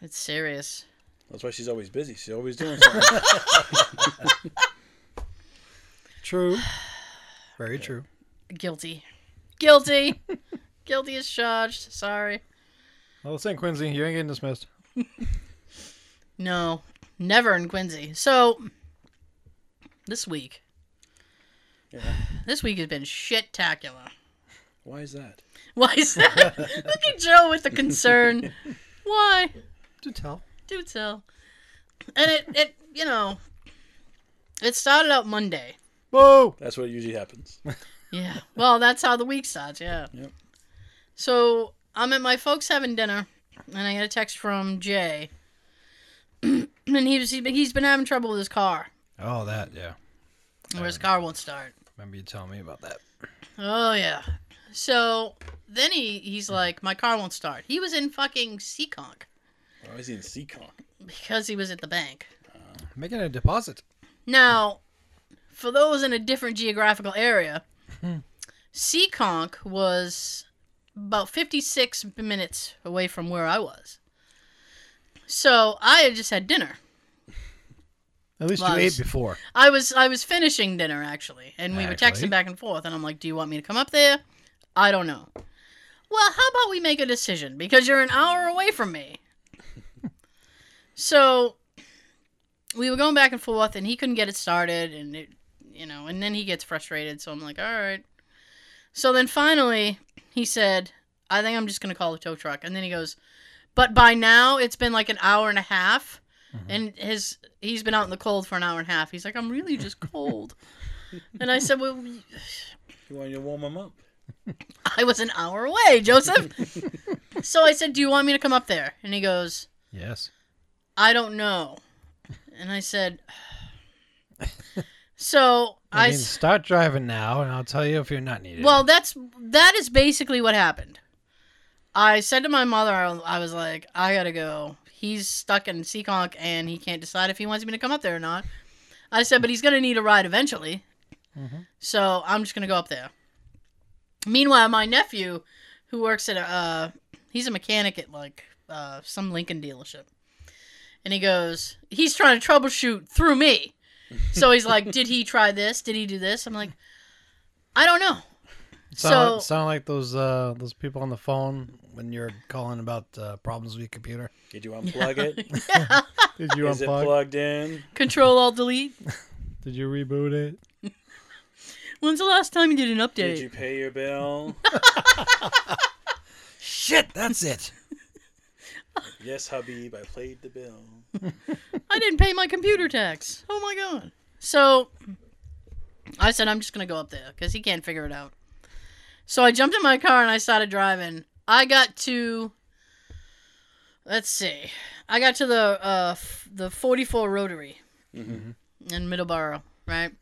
[SPEAKER 2] it's serious.
[SPEAKER 4] That's why she's always busy. She's always doing something.
[SPEAKER 3] True. Very true.
[SPEAKER 2] Guilty. Guilty. Guilty as charged. Sorry.
[SPEAKER 3] Well, St. Quincy, you ain't getting dismissed.
[SPEAKER 2] No, never in Quincy. So this week,
[SPEAKER 4] Yeah.
[SPEAKER 2] this week has been shit-tacular.
[SPEAKER 4] why is that?
[SPEAKER 2] Why is that? Look at Joe with the concern. Why?
[SPEAKER 3] To tell.
[SPEAKER 2] Do tell. And it, it, you know, it started out Monday.
[SPEAKER 3] Whoa!
[SPEAKER 4] That's what usually happens.
[SPEAKER 2] Yeah. Well, that's how the week starts. Yeah.
[SPEAKER 4] Yep.
[SPEAKER 2] So I'm at my folks having dinner, and I get a text from Jay, and he's he's been having trouble with his car,
[SPEAKER 3] Oh, that, yeah.
[SPEAKER 2] where his car won't start.
[SPEAKER 3] Remember you telling me about that.
[SPEAKER 2] Oh yeah. So then he he's like, my car won't start. He was in fucking Seekonk
[SPEAKER 4] Why is he in Seacon?
[SPEAKER 2] because he was at the bank.
[SPEAKER 3] Making a deposit.
[SPEAKER 2] Now, for those in a different geographical area, Seekonk was about 56 minutes away from where I was. So I had just had dinner.
[SPEAKER 3] At least
[SPEAKER 2] Well,
[SPEAKER 3] you
[SPEAKER 2] I
[SPEAKER 3] ate
[SPEAKER 2] was-
[SPEAKER 3] before.
[SPEAKER 2] I was I was finishing dinner actually, and we were
[SPEAKER 3] Actually?
[SPEAKER 2] texting back and forth, and I'm like, "Do you want me to come up there?" I don't know. Well, how about we make a decision because you're an hour away from me. so we were going back and forth, and he couldn't get it started, and it, you know, and then he gets frustrated. So I'm like, "All right." So then finally, he said, "I think I'm just gonna call the tow truck," and then he goes, "But by now, it's been like an hour and a half." and his he's been out in the cold for an hour and a half. He's like, I'm really just cold. and I said, Well,
[SPEAKER 4] You want you to warm him up?
[SPEAKER 2] I was an hour away, Joseph. so I said, Do you want me to come up there? And he goes,
[SPEAKER 3] Yes.
[SPEAKER 2] I don't know. And I said, So I,
[SPEAKER 3] I mean,
[SPEAKER 2] s-
[SPEAKER 3] start driving now, and I'll tell you if you're not needed.
[SPEAKER 2] well, that's that is basically what happened. I said to my mother, I was like, I gotta go. He's stuck in Seekonk and he can't decide if he wants me to come up there or not. I said, but he's gonna need a ride eventually. So I'm just gonna go up there. Meanwhile, my nephew, who works at a, uh, he's a mechanic at like uh, some Lincoln dealership, and he goes, he's trying to troubleshoot through me. So he's like, did he try this? Did he do this? I'm like, I don't know. so-
[SPEAKER 3] sound, sound like those uh, those people on the phone when you're calling about uh, problems with your computer.
[SPEAKER 4] Did you unplug it? Is
[SPEAKER 2] Yeah.
[SPEAKER 5] Did you
[SPEAKER 4] it
[SPEAKER 5] unplug?
[SPEAKER 4] plugged in?
[SPEAKER 2] Control Alt Delete.
[SPEAKER 5] Did you reboot it?
[SPEAKER 2] When's the last time you did an
[SPEAKER 4] Did
[SPEAKER 2] update?
[SPEAKER 4] you pay your bill?
[SPEAKER 3] Shit, that's it.
[SPEAKER 4] yes, Habib, I played the bill.
[SPEAKER 2] I didn't pay my computer tax. Oh my god. So I said I'm just gonna go up there because he can't figure it out. So I jumped in my car and I started driving. I got to. Let's see. I got to the uh, f- the 44 Rotary in Middleborough, right?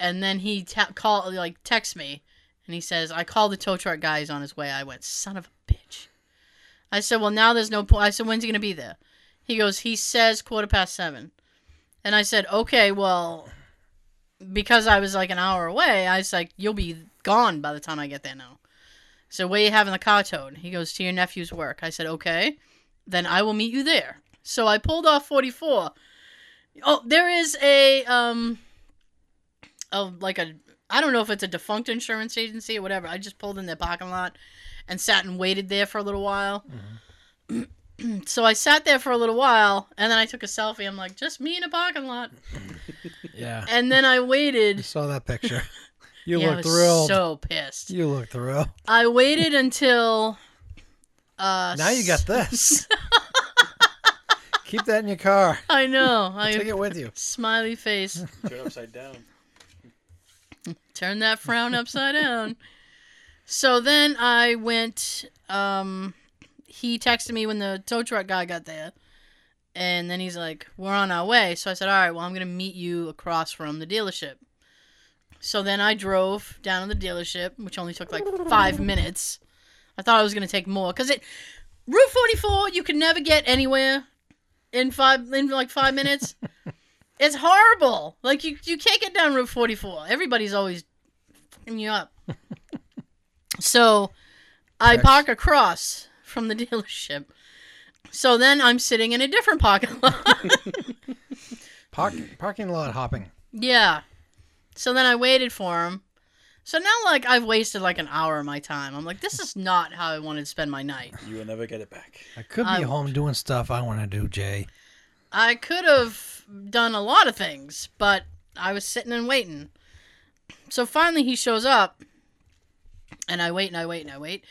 [SPEAKER 2] And then he ta- call like texts me, and he says, "I called the tow truck guy. He's on his way." I went, "Son of a bitch." I said, "Well, now there's no point." I said, "When's he gonna be there?" He goes, "He says quarter past seven. And I said, "Okay, well." Because I was like an hour away, I was like, "You'll be gone by the time I get there now." So where you having the car towed? He goes to your nephew's work. I said, okay, then I will meet you there. So I pulled off 44. Oh, there is a um, a like a I don't know if it's a defunct insurance agency or whatever. I just pulled in their parking lot and sat and waited there for a little while. so I sat there for a little while and then I took a selfie. I'm like, just me in a parking lot.
[SPEAKER 3] Yeah.
[SPEAKER 2] And then I
[SPEAKER 3] I
[SPEAKER 2] waited.
[SPEAKER 3] saw that picture. You
[SPEAKER 2] yeah, I
[SPEAKER 3] look
[SPEAKER 2] was
[SPEAKER 3] thrilled.
[SPEAKER 2] so pissed.
[SPEAKER 3] You look thrilled.
[SPEAKER 2] I waited until uh
[SPEAKER 3] Now you got this. Keep that in your car.
[SPEAKER 2] I know.
[SPEAKER 3] Take
[SPEAKER 2] I
[SPEAKER 3] it with you.
[SPEAKER 2] smiley face.
[SPEAKER 4] Turn upside down.
[SPEAKER 2] Turn that frown upside down. So then I went. Um, he texted me when the tow truck guy got there, and then he's like, "We're on our way." So I said, "All right, well, I'm gonna meet you across from the dealership." So then I drove down to the dealership, which only took like five minutes. I thought it was gonna take more because it Route 44 you can never get anywhere in five in like five minutes. It's horrible. Like you, you can't get down Route 44. Everybody's always fucking you up. so I
[SPEAKER 3] Facts.
[SPEAKER 2] park across from the dealership. So then I'm sitting in a different parking lot.
[SPEAKER 3] Park, parking lot hopping.
[SPEAKER 2] yeah. So then I waited for him. So now like I've wasted like an hour of my time. I'm like, this is not how I wanted to spend my night.
[SPEAKER 4] You will never get it back.
[SPEAKER 3] I could be
[SPEAKER 2] I-
[SPEAKER 3] home doing stuff I want to do, Jay.
[SPEAKER 2] I could have done a lot of things, but I was sitting and waiting. So finally he shows up, and I wait and I wait and I wait.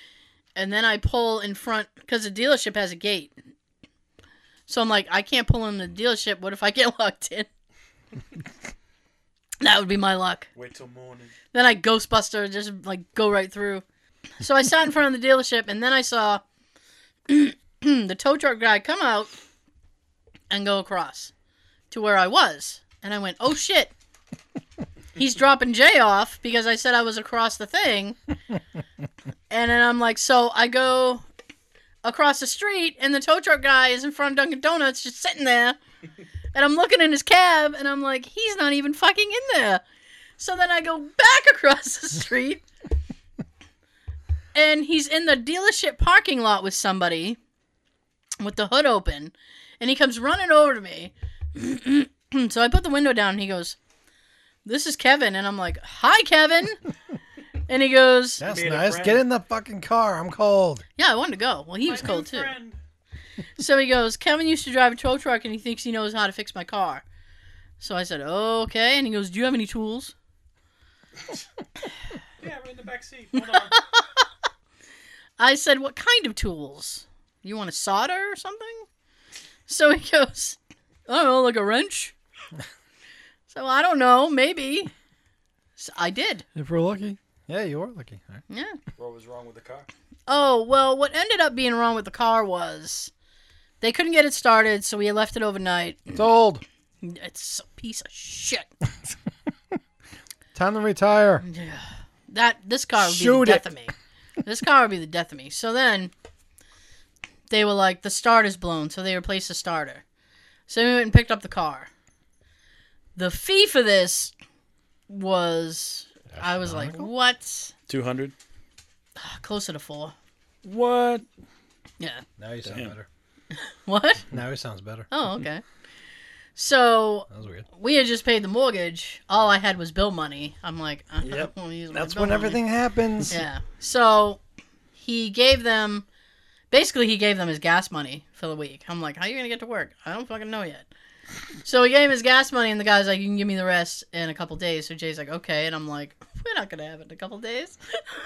[SPEAKER 2] And then I pull in front because the dealership has a gate. So I'm like, I can't pull in the dealership. What if I get locked in? that would be my luck.
[SPEAKER 4] Wait till morning.
[SPEAKER 2] Then I Ghostbuster, just like go right through. So I sat in front of the dealership, and then I saw the tow truck guy come out and go across to where I was. And I went, oh shit. He's dropping Jay off because I said I was across the thing. and then I'm like, so I go across the street, and the tow truck guy is in front of Dunkin' Donuts just sitting there. And I'm looking in his cab, and I'm like, he's not even fucking in there. So then I go back across the street, and he's in the dealership parking lot with somebody with the hood open, and he comes running over to me. so I put the window down, and he goes, This is Kevin. And I'm like, Hi, Kevin. and he goes,
[SPEAKER 3] That's
[SPEAKER 4] Made a
[SPEAKER 3] nice.
[SPEAKER 4] friend.
[SPEAKER 3] Get in the fucking car. I'm cold.
[SPEAKER 2] yeah, I wanted to go. Well, he was cold too. So he goes, Kevin used to drive a tow truck and he thinks he knows how to fix my car. So I said, okay. And he goes, do you have any tools?
[SPEAKER 4] Yeah, right in the back seat. Hold on.
[SPEAKER 2] I said, what kind of tools? You want to solder or something? So he goes, I don't know, like a wrench? so I don't know, maybe. So I did.
[SPEAKER 5] If we're lucky.
[SPEAKER 3] Yeah, you are lucky. All right.
[SPEAKER 2] Yeah.
[SPEAKER 4] what was wrong with the car?
[SPEAKER 2] Oh, well, what ended up being wrong with the car was they couldn't get it started, so we left it overnight.
[SPEAKER 3] It's old.
[SPEAKER 2] It's a piece of shit.
[SPEAKER 3] Time to retire.
[SPEAKER 2] that this car would be
[SPEAKER 3] Shoot
[SPEAKER 2] the death
[SPEAKER 3] it.
[SPEAKER 2] of me. This car would be the death of me. So then they were like, the starter's blown, so they replaced the starter. So we went and picked up the car. The fee for this was I was like, what? Ah,
[SPEAKER 4] 200.
[SPEAKER 2] Closer to four.
[SPEAKER 4] What?
[SPEAKER 2] Yeah.
[SPEAKER 3] Now you sound
[SPEAKER 4] Damn.
[SPEAKER 3] better.
[SPEAKER 2] What?
[SPEAKER 3] Now he sounds better.
[SPEAKER 2] Oh, okay. So
[SPEAKER 3] That was weird.
[SPEAKER 2] we had just paid the mortgage. All I had was bill money. I'm like, I
[SPEAKER 4] Yep.
[SPEAKER 2] don't want to use my
[SPEAKER 3] That's
[SPEAKER 2] bill
[SPEAKER 3] when
[SPEAKER 2] money.
[SPEAKER 3] everything happens.
[SPEAKER 2] Yeah. So he gave them basically he gave them his gas money for the week. I'm like, how you gonna get to work? I don't fucking know yet. So he gave him his gas money and the guy's like, You can give me the rest in a couple days. So Jay's like, Okay, and I'm like, We're not gonna have it in a couple days.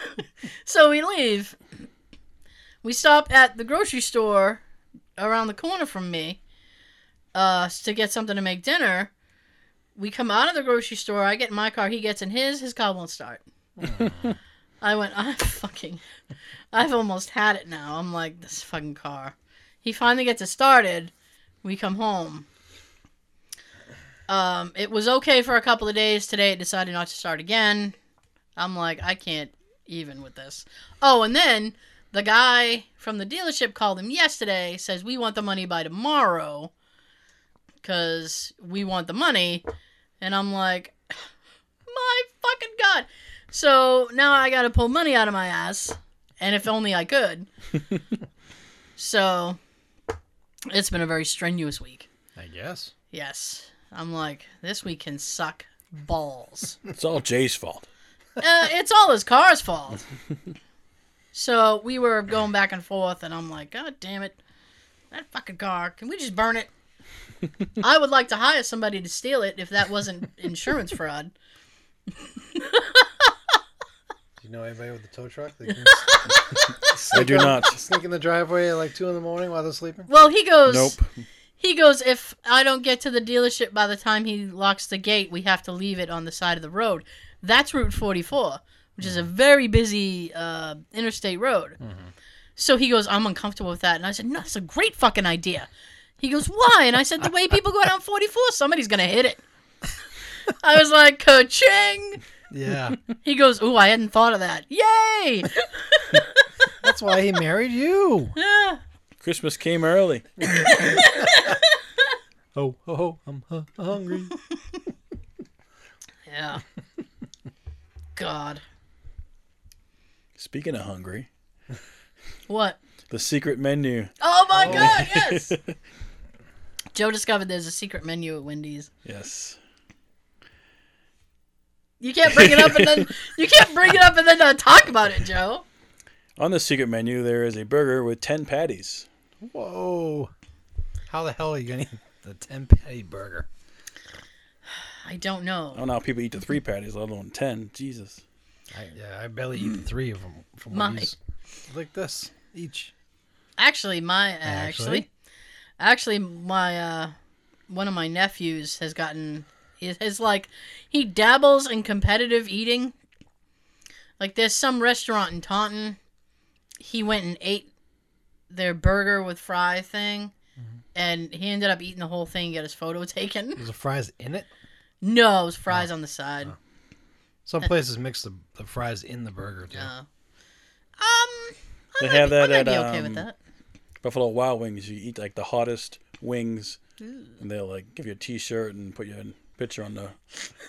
[SPEAKER 2] so we leave. We stop at the grocery store around the corner from me uh, to get something to make dinner. We come out of the grocery store. I get in my car. He gets in his. His car won't start. I went, I fucking, I've almost had it now. I'm like, this fucking car. He finally gets it started. We come home. Um, it was okay for a couple of days. Today it decided not to start again. I'm like, I can't even with this. Oh, and then the guy from the dealership called him yesterday, says, We want the money by tomorrow because we want the money. And I'm like, My fucking God. So now I got to pull money out of my ass. And if only I could. so it's been a very strenuous week.
[SPEAKER 3] I guess.
[SPEAKER 2] Yes. I'm like, this week can suck balls
[SPEAKER 4] It's all Jay's fault.
[SPEAKER 2] uh, it's all his car's fault. so we were going back and forth, and I'm like, God damn it. That fucking car. Can we just burn it? I would like to hire somebody to steal it if that wasn't insurance fraud.
[SPEAKER 3] Do you know anybody with a tow truck that can
[SPEAKER 4] I do not.
[SPEAKER 3] sneak in the driveway at like two in the morning while they're sleeping?
[SPEAKER 2] Well, he goes.
[SPEAKER 4] Nope.
[SPEAKER 2] He goes, if I don't get to the dealership by the time he locks the gate, we have to leave it on the side of the road. That's Route 44, which is a very busy uh, interstate road. So he goes, I'm uncomfortable with that. And I said, No, that's a great fucking idea. He goes, Why? And I said, The way people go down 44, somebody's going to hit it. I was like, Ka ching.
[SPEAKER 3] Yeah,
[SPEAKER 2] He goes, Ooh, I hadn't thought of that. Yay!
[SPEAKER 3] that's why he married you.
[SPEAKER 4] Christmas came early.
[SPEAKER 3] Oh, oh, oh I'm hu- hungry.
[SPEAKER 2] yeah. God.
[SPEAKER 4] Speaking of hungry,
[SPEAKER 2] What?
[SPEAKER 4] the secret menu.
[SPEAKER 2] Oh my god, yes. Joe discovered there's a secret menu at Wendy's.
[SPEAKER 4] Yes.
[SPEAKER 2] You can't bring it up and then you can't bring it up and then not talk about it, Joe.
[SPEAKER 4] On the secret menu, there is a burger with 10 patties.
[SPEAKER 3] Whoa! How the hell are you gonna eat the ten patty burger?
[SPEAKER 2] I don't
[SPEAKER 4] I
[SPEAKER 2] know.
[SPEAKER 4] don't know how Oh, people eat the three patties, let alone 10. Jesus.
[SPEAKER 3] I, yeah, I barely eat three of them from
[SPEAKER 2] My-
[SPEAKER 3] Wendy's. Like this each.
[SPEAKER 2] Actually, my uh, actually, actually my uh one of my nephews has gotten his, his like he dabbles in competitive eating. Like there's some restaurant in Taunton. He went and ate their burger with fry thing. And he ended up eating the whole thing, and got his photo taken.
[SPEAKER 3] There's a fries in it.
[SPEAKER 2] No, it was fries on the side.
[SPEAKER 3] Some places mix the, the fries in the burger too.
[SPEAKER 2] Uh, um, I
[SPEAKER 4] They
[SPEAKER 2] might
[SPEAKER 4] have
[SPEAKER 2] be- I
[SPEAKER 4] that
[SPEAKER 2] might
[SPEAKER 4] at,
[SPEAKER 2] be okay with
[SPEAKER 4] um,
[SPEAKER 2] that.
[SPEAKER 4] Buffalo Wild Wings, you eat like the hottest wings, and they'll like give you a t shirt and put your picture on the,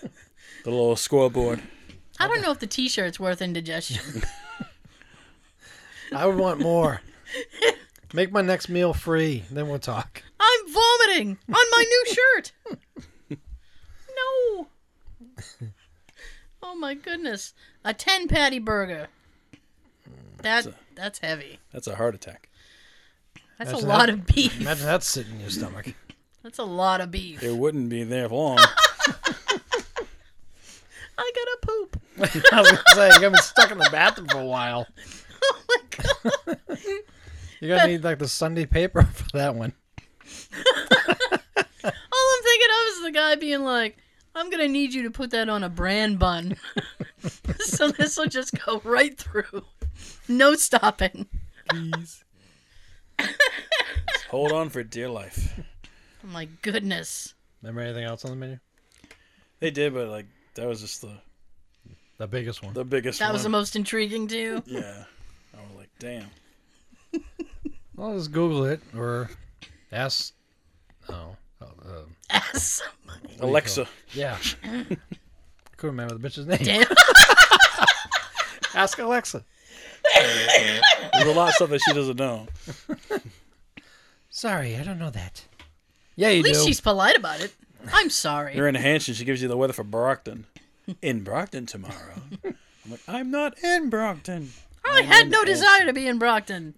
[SPEAKER 4] the little scoreboard.
[SPEAKER 2] I don't know if the T-shirt's worth indigestion.
[SPEAKER 3] I would want more. Make my next meal free, then we'll talk.
[SPEAKER 2] I'm vomiting on my new shirt. no. Oh my goodness, a ten patty burger. That that's heavy.
[SPEAKER 4] That's a heart attack.
[SPEAKER 2] That's a
[SPEAKER 3] Imagine
[SPEAKER 2] lot
[SPEAKER 3] that.
[SPEAKER 2] of beef.
[SPEAKER 3] Imagine that sitting in your stomach.
[SPEAKER 2] That's a lot of beef.
[SPEAKER 4] It wouldn't be there for long.
[SPEAKER 2] I gotta poop.
[SPEAKER 3] I was gonna say you're gonna be stuck in the bathroom for a while.
[SPEAKER 2] Oh my god.
[SPEAKER 3] You're gonna need like the Sunday paper for that one.
[SPEAKER 2] All I'm thinking of is the guy being like, I'm going to need you to put that on a bran bun. so this will just go right through. No stopping.
[SPEAKER 3] Please.
[SPEAKER 4] Hold on for dear life.
[SPEAKER 2] My goodness.
[SPEAKER 3] Remember anything else on the menu?
[SPEAKER 4] They did, but like that was just the
[SPEAKER 3] The biggest one.
[SPEAKER 4] the biggest.
[SPEAKER 2] That was the
[SPEAKER 4] one.
[SPEAKER 2] most intriguing to you.
[SPEAKER 4] Yeah, I was like, damn.
[SPEAKER 3] Well, just Google it or ask. Oh, oh, uh,
[SPEAKER 2] Ass.
[SPEAKER 4] Alexa,
[SPEAKER 3] yeah. I couldn't remember the bitch's name.
[SPEAKER 2] Damn.
[SPEAKER 3] Ask Alexa.
[SPEAKER 4] there's a lot of stuff that she doesn't know.
[SPEAKER 3] Sorry, I don't know that. Yeah, you
[SPEAKER 2] At least
[SPEAKER 3] do.
[SPEAKER 2] she's polite about it. I'm sorry.
[SPEAKER 4] You're in Hampton. She gives you the weather for Brockton. In Brockton tomorrow. I'm like, I'm not in Brockton.
[SPEAKER 2] I had no desire to be in Brockton.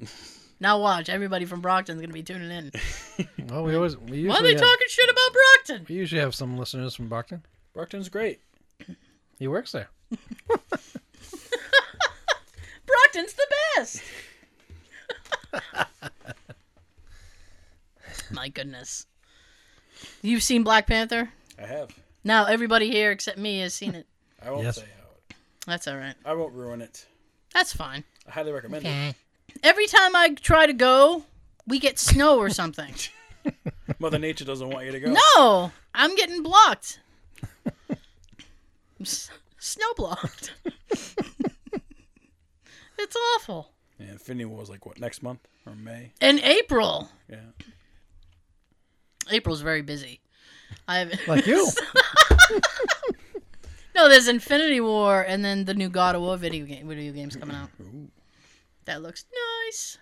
[SPEAKER 2] Now watch. Everybody from Brockton's going to be tuning in.
[SPEAKER 3] Well, we always we usually
[SPEAKER 2] Why are they
[SPEAKER 3] have,
[SPEAKER 2] talking shit about Brockton?
[SPEAKER 3] We usually have some listeners from Brockton.
[SPEAKER 4] Brockton's great.
[SPEAKER 3] He works there.
[SPEAKER 2] Brockton's the best. My goodness. You've seen Black Panther?
[SPEAKER 4] I have.
[SPEAKER 2] Now everybody here except me has seen it.
[SPEAKER 4] I won't
[SPEAKER 3] Yes.
[SPEAKER 4] say how.
[SPEAKER 2] That's all right.
[SPEAKER 4] I won't ruin it.
[SPEAKER 2] That's fine.
[SPEAKER 4] I highly recommend it.
[SPEAKER 2] Every time I try to go, we get snow or something.
[SPEAKER 4] Mother Nature doesn't want you to go.
[SPEAKER 2] No, I'm getting blocked. I'm s- snow blocked. it's awful.
[SPEAKER 4] Yeah, Infinity War is like what next month or May?
[SPEAKER 2] In April,
[SPEAKER 4] Yeah.
[SPEAKER 2] April's very busy. I've
[SPEAKER 3] Like you.
[SPEAKER 2] no. There's Infinity War, and then the new God of War video game video games coming out. That looks nice.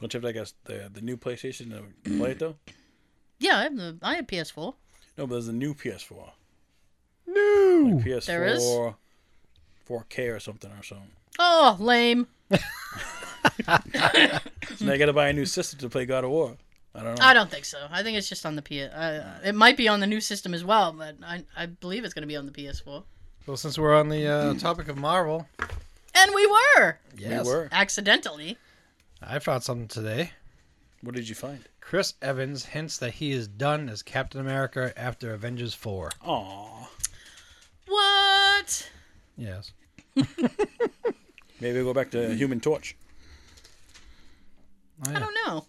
[SPEAKER 4] Don't you have to, I guess the the new PlayStation to play it though?
[SPEAKER 2] Yeah, I have, the, I have PS4.
[SPEAKER 4] No, but there's a new PS4.
[SPEAKER 3] no.
[SPEAKER 4] PS4
[SPEAKER 2] There is?
[SPEAKER 4] 4K or something or something.
[SPEAKER 2] Oh, lame.
[SPEAKER 4] So now you got to buy a new system to play God of War. I don't know.
[SPEAKER 2] I don't think so. I think it's just on the PS. Uh, it might be on the new system as well, but I, I believe it's going to be on the PS4.
[SPEAKER 3] Well, since we're on the uh, topic of Marvel,
[SPEAKER 2] And we were
[SPEAKER 3] yes,
[SPEAKER 4] We were.
[SPEAKER 2] accidentally.
[SPEAKER 3] I found something today.
[SPEAKER 4] What did you find?
[SPEAKER 3] Chris Evans hints that he is done as Captain America after Avengers 4.
[SPEAKER 4] Aw.
[SPEAKER 2] What?
[SPEAKER 3] Yes.
[SPEAKER 4] Maybe we'll go back
[SPEAKER 3] Mm-hmm.
[SPEAKER 4] to Human Torch.
[SPEAKER 3] Oh,
[SPEAKER 2] I
[SPEAKER 3] yeah.
[SPEAKER 2] don't know.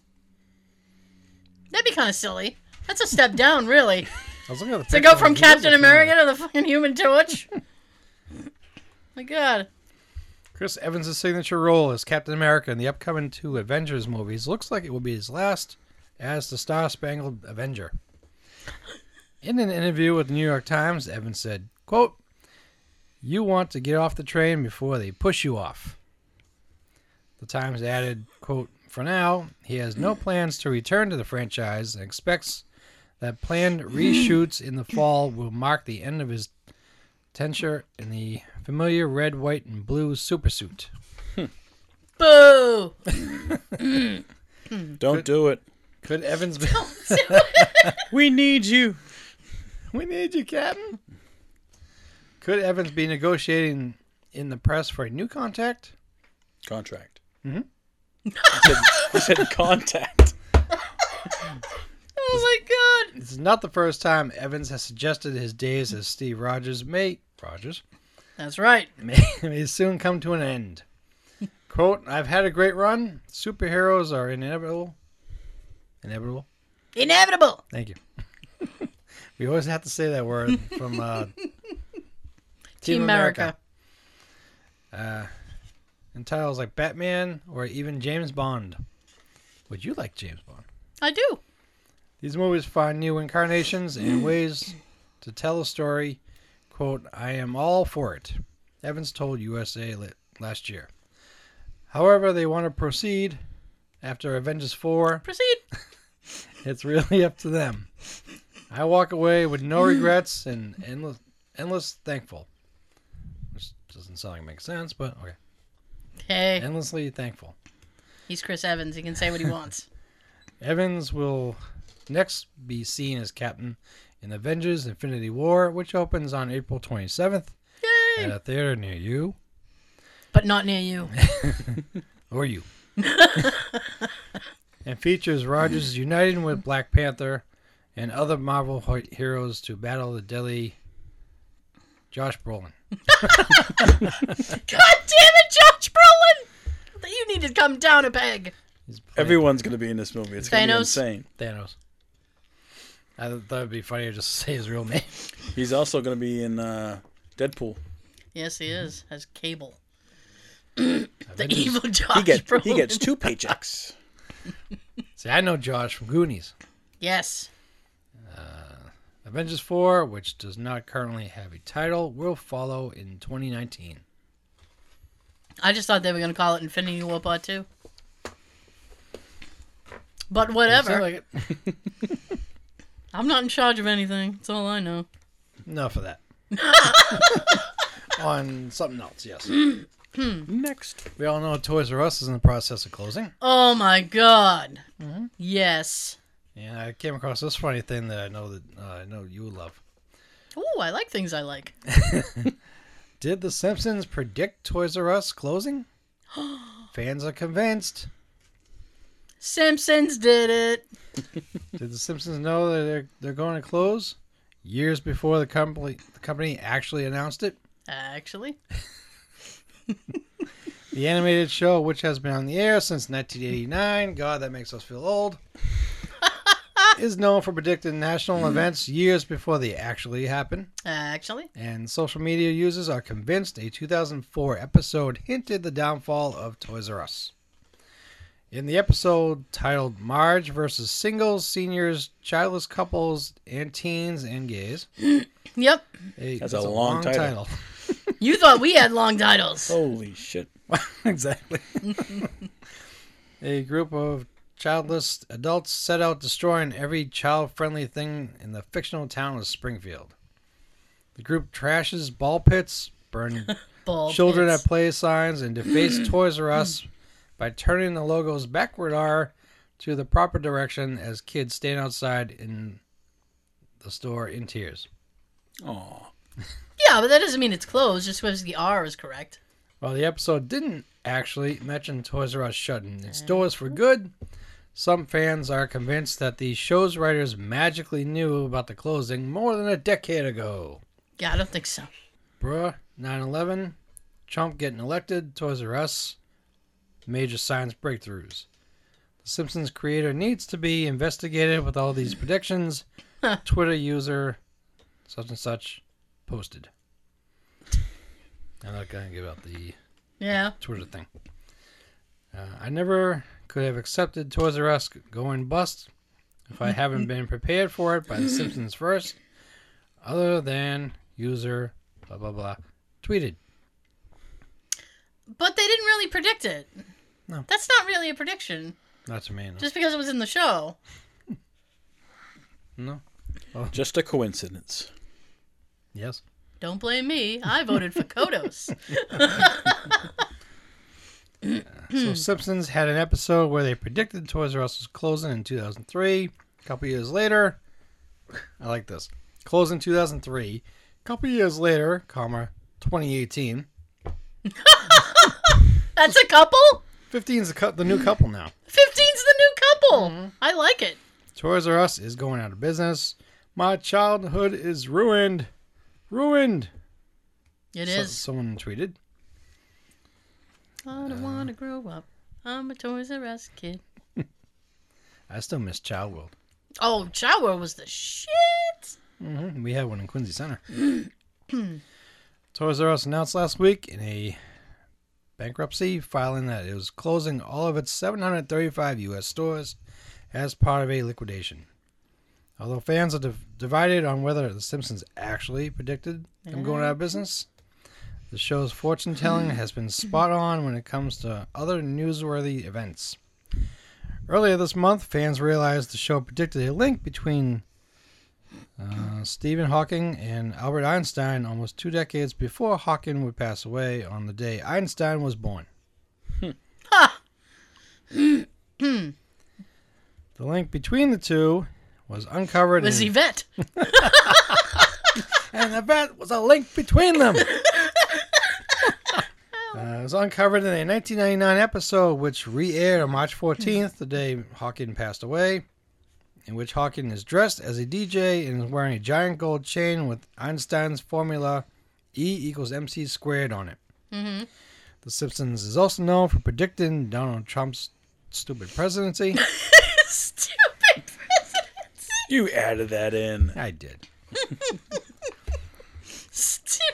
[SPEAKER 2] That'd be kind of silly. That's a step down, really.
[SPEAKER 3] I was looking at the
[SPEAKER 2] To
[SPEAKER 3] picture
[SPEAKER 2] go
[SPEAKER 3] of
[SPEAKER 2] from
[SPEAKER 3] him. He does
[SPEAKER 2] Captain
[SPEAKER 3] look familiar.
[SPEAKER 2] America to the fucking Human Torch. My God.
[SPEAKER 3] Chris Evans' signature role as Captain America in the upcoming two Avengers movies looks like it will be his last as the Star Spangled Avenger. In an interview with the New York Times, Evans said, quote, You want to get off the train before they push you off. The Times added, quote, For now, he has no plans to return to the franchise and expects that planned reshoots in the fall will mark the end of his tenure in the familiar red, white, and blue supersuit.
[SPEAKER 2] Boo.
[SPEAKER 4] Don't do it.
[SPEAKER 3] Could Evans be?
[SPEAKER 2] Oh
[SPEAKER 5] We need you.
[SPEAKER 3] we need you, Captain. Could Evans be negotiating in the press for a new contact?
[SPEAKER 4] Contract. Mm-hmm. I said, I said contact.
[SPEAKER 2] Oh my God.
[SPEAKER 3] This is not the first time Evans has suggested his days as Steve Rogers may Rogers
[SPEAKER 2] That's right.
[SPEAKER 3] may, may soon come to an end. "Quote: I've had a great run. Superheroes are inevitable. Inevitable.
[SPEAKER 2] Inevitable.
[SPEAKER 3] Thank you. we always have to say that word from uh, Team,
[SPEAKER 2] Team America.
[SPEAKER 3] America. Uh, and titles like Batman or even James Bond. Would you like James Bond?
[SPEAKER 2] I do.
[SPEAKER 3] These movies find new incarnations and ways to tell a story. Quote, I am all for it, Evans told USA Lit last year. However, they want to proceed after Avengers 4.
[SPEAKER 2] Proceed.
[SPEAKER 3] It's really up to them. I walk away with no regrets and endless, endless thankful. Which doesn't sound like it makes sense, but okay.
[SPEAKER 2] Hey,
[SPEAKER 3] Endlessly thankful.
[SPEAKER 2] he's Chris Evans. He can say what he wants.
[SPEAKER 3] Evans will next be seen as captain in Avengers Infinity War, which opens on April 27th
[SPEAKER 2] Yay.
[SPEAKER 3] at a theater near you
[SPEAKER 2] But not near you.
[SPEAKER 3] or you. and features Rogers uniting with Black Panther and other Marvel ho- heroes to battle the deadly Josh Brolin.
[SPEAKER 2] God damn it, Josh Brolin! You need to come down a peg.
[SPEAKER 3] He's playing
[SPEAKER 4] Everyone's going to be in this movie. It's going to be
[SPEAKER 2] Thanos.
[SPEAKER 4] insane.
[SPEAKER 3] Thanos. I th- thought it'd be funnier just to say his real name.
[SPEAKER 4] He's also going to be in uh, Deadpool.
[SPEAKER 2] Yes, he is. Has cable. The
[SPEAKER 3] Avengers-
[SPEAKER 2] evil Josh
[SPEAKER 4] He gets
[SPEAKER 2] Brolin.
[SPEAKER 4] he gets two paychecks.
[SPEAKER 3] See, I know Josh from Goonies.
[SPEAKER 2] Yes.
[SPEAKER 3] Avengers 4, which does not currently have a title, will follow in 2019.
[SPEAKER 2] I just thought they were gonna call it Infinity War Part Two. But whatever.
[SPEAKER 3] Sounds like it.
[SPEAKER 2] I'm not in charge of anything. That's all I know.
[SPEAKER 3] Enough of that. On something else, yes.
[SPEAKER 4] Next.
[SPEAKER 3] We all know Toys R Us is in the process of closing.
[SPEAKER 2] Oh my god.
[SPEAKER 4] Mm-hmm.
[SPEAKER 2] Yes.
[SPEAKER 3] And I came across this funny thing that I know that uh, I know you would love.
[SPEAKER 2] Ooh, I like things I like.
[SPEAKER 3] Did The Simpsons predict Toys R Us closing? Fans are convinced.
[SPEAKER 2] Simpsons did it.
[SPEAKER 3] Did The Simpsons know that they're, they're going to close years before the company the company actually announced it?
[SPEAKER 2] Actually.
[SPEAKER 3] The animated show, which has been on the air since 1989, God, that makes us feel old, is known for predicting national events years before they actually happen.
[SPEAKER 2] Actually,
[SPEAKER 3] And social media users are convinced a 2004 episode hinted the downfall of Toys R Us. In the episode titled Marge versus Singles, Seniors, Childless Couples, and Teens and Gays,
[SPEAKER 2] yep.
[SPEAKER 3] a-
[SPEAKER 4] That's a long title.
[SPEAKER 2] You thought we had long titles.
[SPEAKER 3] Oh,
[SPEAKER 4] Holy shit.
[SPEAKER 3] exactly. a group of childless adults set out destroying every child friendly thing in the fictional town of Springfield. The group trashes ball pits, burns
[SPEAKER 2] Bull
[SPEAKER 3] children
[SPEAKER 2] pits.
[SPEAKER 3] at play signs and deface Toys R Us by turning the logos backward R to the proper direction as kids stand outside in the store in tears.
[SPEAKER 4] Aw.
[SPEAKER 2] Yeah, but that doesn't mean it's closed. Just because the R is correct.
[SPEAKER 3] While the episode didn't actually mention Toys R Us shutting its doors for good, some fans are convinced that the show's writers magically knew about the closing more than a decade ago.
[SPEAKER 2] Yeah, I don't think so.
[SPEAKER 3] Bruh, 9 11, Trump getting elected, Toys R Us, major science breakthroughs. The Simpsons creator needs to be investigated with all these predictions. Twitter user, such and such, posted. I'm not going to give out the
[SPEAKER 2] Yeah.
[SPEAKER 3] Twitter thing. Uh, I never could have accepted Toys R Us going bust if I haven't been prepared for it by The Simpsons first, other than user blah blah blah tweeted.
[SPEAKER 2] But they didn't really predict it.
[SPEAKER 3] No.
[SPEAKER 2] That's not really a prediction.
[SPEAKER 3] Not to me, no.
[SPEAKER 2] Just because it was in the show.
[SPEAKER 3] no.
[SPEAKER 4] Just a coincidence.
[SPEAKER 3] Yes.
[SPEAKER 2] Don't blame me. I voted for Kodos.
[SPEAKER 3] So Simpsons had an episode where they predicted Toys R Us was closing in 2003. A couple years later, I like this. Closing 2003. A couple years later, comma 2018.
[SPEAKER 2] That's a couple?
[SPEAKER 3] 15's the, cou- the new couple now.
[SPEAKER 2] 15's the new couple.
[SPEAKER 3] Mm-hmm.
[SPEAKER 2] I like it.
[SPEAKER 3] Toys R Us is going out of business. My childhood is ruined. Ruined.
[SPEAKER 2] It
[SPEAKER 3] so-
[SPEAKER 2] is.
[SPEAKER 3] someone tweeted.
[SPEAKER 2] I don't want to grow up. I'm a Toys R Us kid.
[SPEAKER 3] I still miss Child World.
[SPEAKER 2] Oh, Chawa was the shit.
[SPEAKER 3] hmm We had one in Quincy Center. Toys R Us announced last week in a bankruptcy filing that it was closing all of its 735 U.S. stores as part of a liquidation. Although fans are div- divided on whether The Simpsons actually predicted them
[SPEAKER 2] Mm-hmm.
[SPEAKER 3] going out of business, the show's fortune telling has been spot on when it comes to other newsworthy events. Earlier this month, fans realized the show predicted a link between uh, Stephen Hawking and Albert Einstein almost two decades before Hawking would pass away on the day Einstein was born. the link between the two was uncovered
[SPEAKER 2] Was
[SPEAKER 3] in-
[SPEAKER 2] Yvette.
[SPEAKER 3] and the vet was a link between them. Uh, it was uncovered in a 1999 episode which re-aired on March 14th, the day Hawking passed away, in which Hawking is dressed as a DJ and is wearing a giant gold chain with Einstein's formula E equals MC squared on it. The Simpsons is also known for predicting Donald Trump's stupid presidency.
[SPEAKER 2] Stupid president.
[SPEAKER 4] You added that in.
[SPEAKER 3] I did.
[SPEAKER 2] Stupid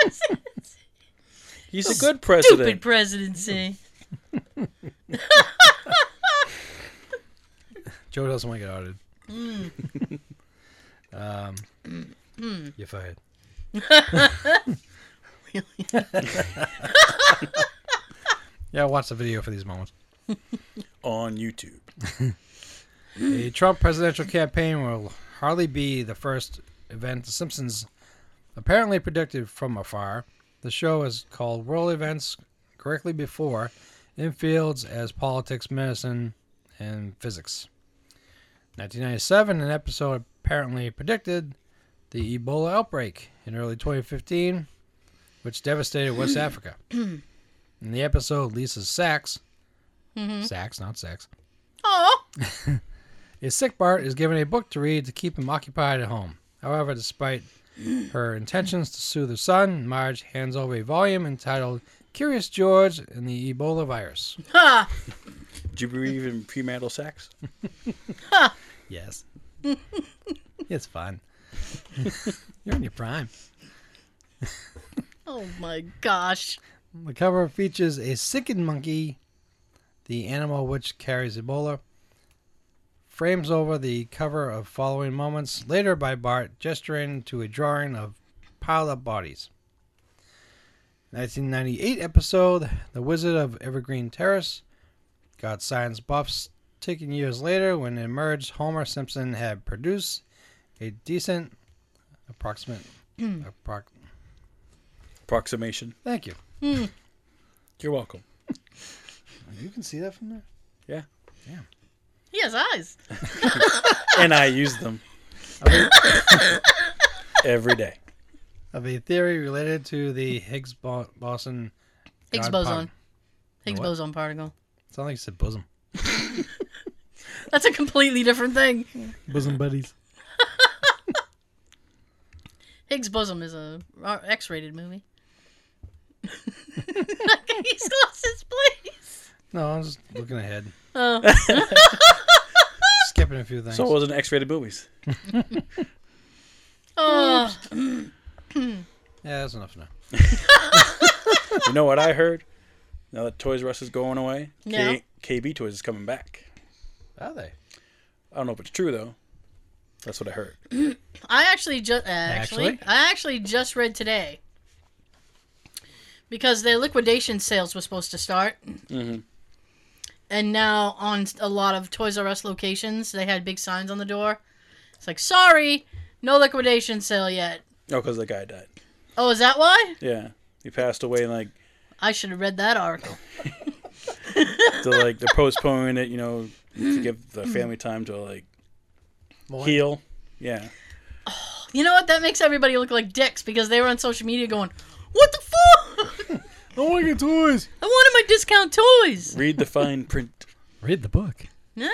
[SPEAKER 2] president.
[SPEAKER 4] He's a good president.
[SPEAKER 2] Stupid presidency.
[SPEAKER 3] Joe doesn't want to get audited. um, you're fired. yeah, watch the video for these moments.
[SPEAKER 4] on YouTube.
[SPEAKER 3] The Trump presidential campaign will hardly be the first event The Simpsons apparently predicted from afar. The show is called World Events correctly before in fields as politics, medicine, and physics. 1997, an episode apparently predicted the Ebola outbreak in early 2015, which devastated West Africa. In the episode, Lisa Sachs, Sachs, not Sachs,
[SPEAKER 2] Oh,
[SPEAKER 3] a sick Bart is given a book to read to keep him occupied at home. However, despite her intentions to soothe her son, Marge hands over a volume entitled Curious George and the Ebola virus.
[SPEAKER 2] Ha!
[SPEAKER 4] Did you believe in premarital sex?
[SPEAKER 3] Yes. it's fun. You're in your prime.
[SPEAKER 2] Oh my gosh.
[SPEAKER 3] The cover features a sickened monkey, the animal which carries Ebola, frames over the cover of following moments later by Bart gesturing to a drawing of piled up bodies. 1998 episode The Wizard of Evergreen Terrace got science buffs taken years later when it emerged Homer Simpson had produced a decent approximate. approx-
[SPEAKER 4] Approximation.
[SPEAKER 3] Thank you.
[SPEAKER 4] You're welcome.
[SPEAKER 3] You can see that from there?
[SPEAKER 4] Yeah.
[SPEAKER 2] He has eyes.
[SPEAKER 4] And I use them every day.
[SPEAKER 3] of a theory related to the Higgs bo- boson.
[SPEAKER 2] Higgs
[SPEAKER 3] God
[SPEAKER 2] boson.
[SPEAKER 3] pardon.
[SPEAKER 2] Higgs
[SPEAKER 3] What?
[SPEAKER 2] boson particle.
[SPEAKER 3] It's not like you said bosom.
[SPEAKER 2] That's a completely different thing.
[SPEAKER 3] Bosom buddies.
[SPEAKER 2] Higgs bosom is a R- X-rated movie. He's lost his place.
[SPEAKER 3] No, I'm just looking ahead,
[SPEAKER 2] Oh,
[SPEAKER 3] skipping a few things.
[SPEAKER 4] So it wasn't X-rated movies.
[SPEAKER 2] oh.
[SPEAKER 3] yeah, that's enough now.
[SPEAKER 4] You know what I heard? Now that Toys R Us is going away,
[SPEAKER 2] Yeah.
[SPEAKER 4] K- KB Toys is coming back.
[SPEAKER 3] Are they?
[SPEAKER 4] I don't know if it's true though. That's what I heard.
[SPEAKER 2] I actually just actually,
[SPEAKER 3] Actually?
[SPEAKER 2] I actually just read today because their liquidation sales were supposed to start, and now on a lot of Toys R Us locations they had big signs on the door. It's like, sorry, no liquidation sale yet.
[SPEAKER 4] Oh, because the guy died.
[SPEAKER 2] Oh, is that why?
[SPEAKER 4] Yeah, he passed away. And like
[SPEAKER 2] I should have read that article.
[SPEAKER 4] they're like they're postponing it, you know, to give the family time to like
[SPEAKER 3] Well,
[SPEAKER 4] heal. Yeah,
[SPEAKER 2] You know what? That makes everybody look like dicks because they were on social media going, "What the fuck?
[SPEAKER 3] I want your toys.
[SPEAKER 2] I wanted my discount toys."
[SPEAKER 4] read the fine print.
[SPEAKER 3] Read the book.
[SPEAKER 2] Yeah.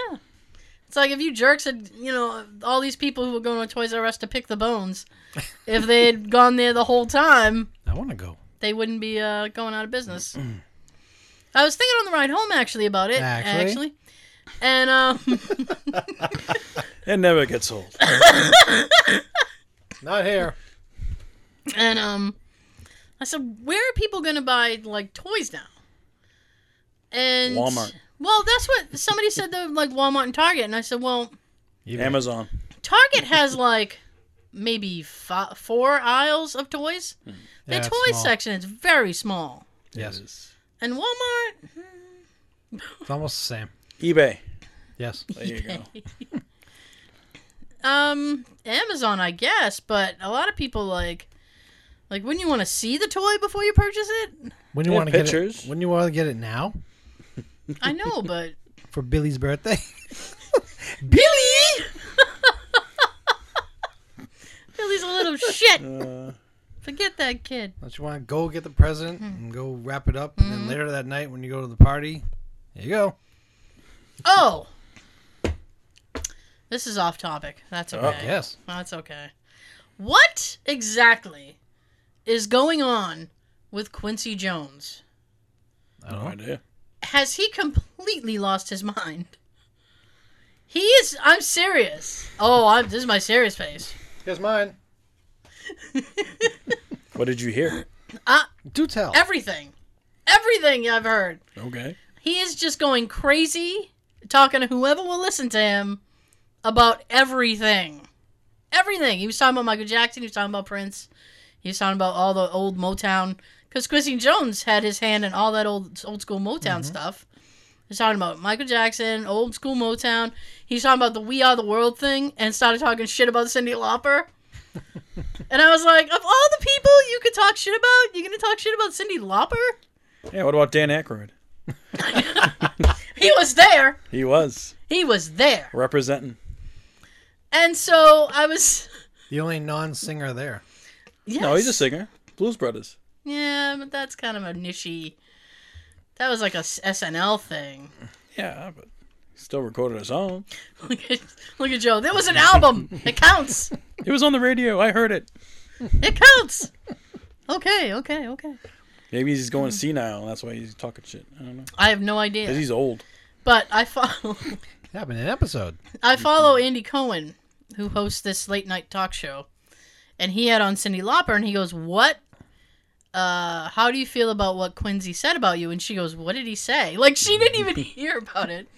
[SPEAKER 2] It's like if you jerks had, you know, all these people who were going to Toys R Us to pick the bones, if they had gone there the whole time,
[SPEAKER 3] I want to go.
[SPEAKER 2] they wouldn't be uh, going out of business. I was thinking on the ride home actually about it,
[SPEAKER 3] Actually?
[SPEAKER 2] actually. And um,
[SPEAKER 4] It never gets old.
[SPEAKER 3] Not here.
[SPEAKER 2] and um, I said, where are people going to buy like toys now? And
[SPEAKER 4] Walmart.
[SPEAKER 2] Well, that's what somebody said. Though, like Walmart and Target, and I said, well,
[SPEAKER 4] Amazon.
[SPEAKER 2] Target has like maybe fi four aisles of toys. The
[SPEAKER 3] Yeah, it's
[SPEAKER 2] toy
[SPEAKER 3] small.
[SPEAKER 2] section is very small.
[SPEAKER 3] Yes,
[SPEAKER 2] And Walmart,
[SPEAKER 3] it's almost the same.
[SPEAKER 4] eBay.
[SPEAKER 3] Yes,
[SPEAKER 4] There you go.
[SPEAKER 2] um, Amazon, I guess, but a lot of people like, like, wouldn't you want to see the toy before you purchase it?
[SPEAKER 3] when
[SPEAKER 4] They
[SPEAKER 3] you
[SPEAKER 4] have
[SPEAKER 3] want to get it,
[SPEAKER 4] pictures.
[SPEAKER 3] when you want to get it now
[SPEAKER 2] I know, but
[SPEAKER 3] for Billy's birthday.
[SPEAKER 2] Billy, Billy's a little
[SPEAKER 4] Uh,
[SPEAKER 2] shit.
[SPEAKER 4] Oh.
[SPEAKER 2] Forget that kid.
[SPEAKER 3] Don't you want to go get the
[SPEAKER 2] Hmm.
[SPEAKER 3] present and go wrap it up, and then later that night when you go to the party, there you go.
[SPEAKER 2] Oh, this is off topic. That's okay.
[SPEAKER 3] Yes,
[SPEAKER 2] That's okay. What exactly is going on with Quincy Jones?
[SPEAKER 3] I don't
[SPEAKER 4] No
[SPEAKER 3] know.
[SPEAKER 4] idea.
[SPEAKER 2] Has he completely lost his mind? He is. I'm serious. Oh, I'm, this is my serious face.
[SPEAKER 3] Here's mine.
[SPEAKER 4] What did you hear?
[SPEAKER 3] Do tell.
[SPEAKER 2] Everything, everything I've heard.
[SPEAKER 4] Okay.
[SPEAKER 2] He is just going crazy, talking to whoever will listen to him about everything. Everything. He was talking about Michael Jackson. He was talking about Prince. He was talking about all the old Motown. Because Quincy Jones had his hand in all that old old school Motown stuff. He was talking about Michael Jackson, old school Motown. He was talking about the We Are the World thing and started talking shit about Cindy Lauper. and I was like, of all the people you could talk shit about, you're going to talk shit about Cindy Lauper?
[SPEAKER 4] Yeah. What about Dan Aykroyd?
[SPEAKER 2] He was there.
[SPEAKER 4] He was
[SPEAKER 2] He was there.
[SPEAKER 4] representing.
[SPEAKER 2] And so I was.
[SPEAKER 3] The only non-singer there.
[SPEAKER 2] Yes.
[SPEAKER 4] No, he's a singer. Blues Brothers.
[SPEAKER 2] Yeah, but that's kind of a nichey. That was like a s- SNL thing.
[SPEAKER 4] Yeah, but he still recorded a song.
[SPEAKER 2] Look at, look at Joe. There was an album. It counts.
[SPEAKER 4] It was on the radio. I heard it.
[SPEAKER 2] It counts. Okay, okay, okay.
[SPEAKER 4] Maybe he's going senile. And that's why he's talking shit. I don't know.
[SPEAKER 2] I have no
[SPEAKER 4] 'Cause
[SPEAKER 2] idea.
[SPEAKER 4] he's old.
[SPEAKER 2] But I follow
[SPEAKER 3] Happened in an episode.
[SPEAKER 2] I follow Andy Cohen, who hosts this late night talk show, and he had on Cindy Lauper, and he goes, "What? Uh, how do you feel about what Quincy said about you?" And she goes, "What did he say?" Like she didn't even hear about it,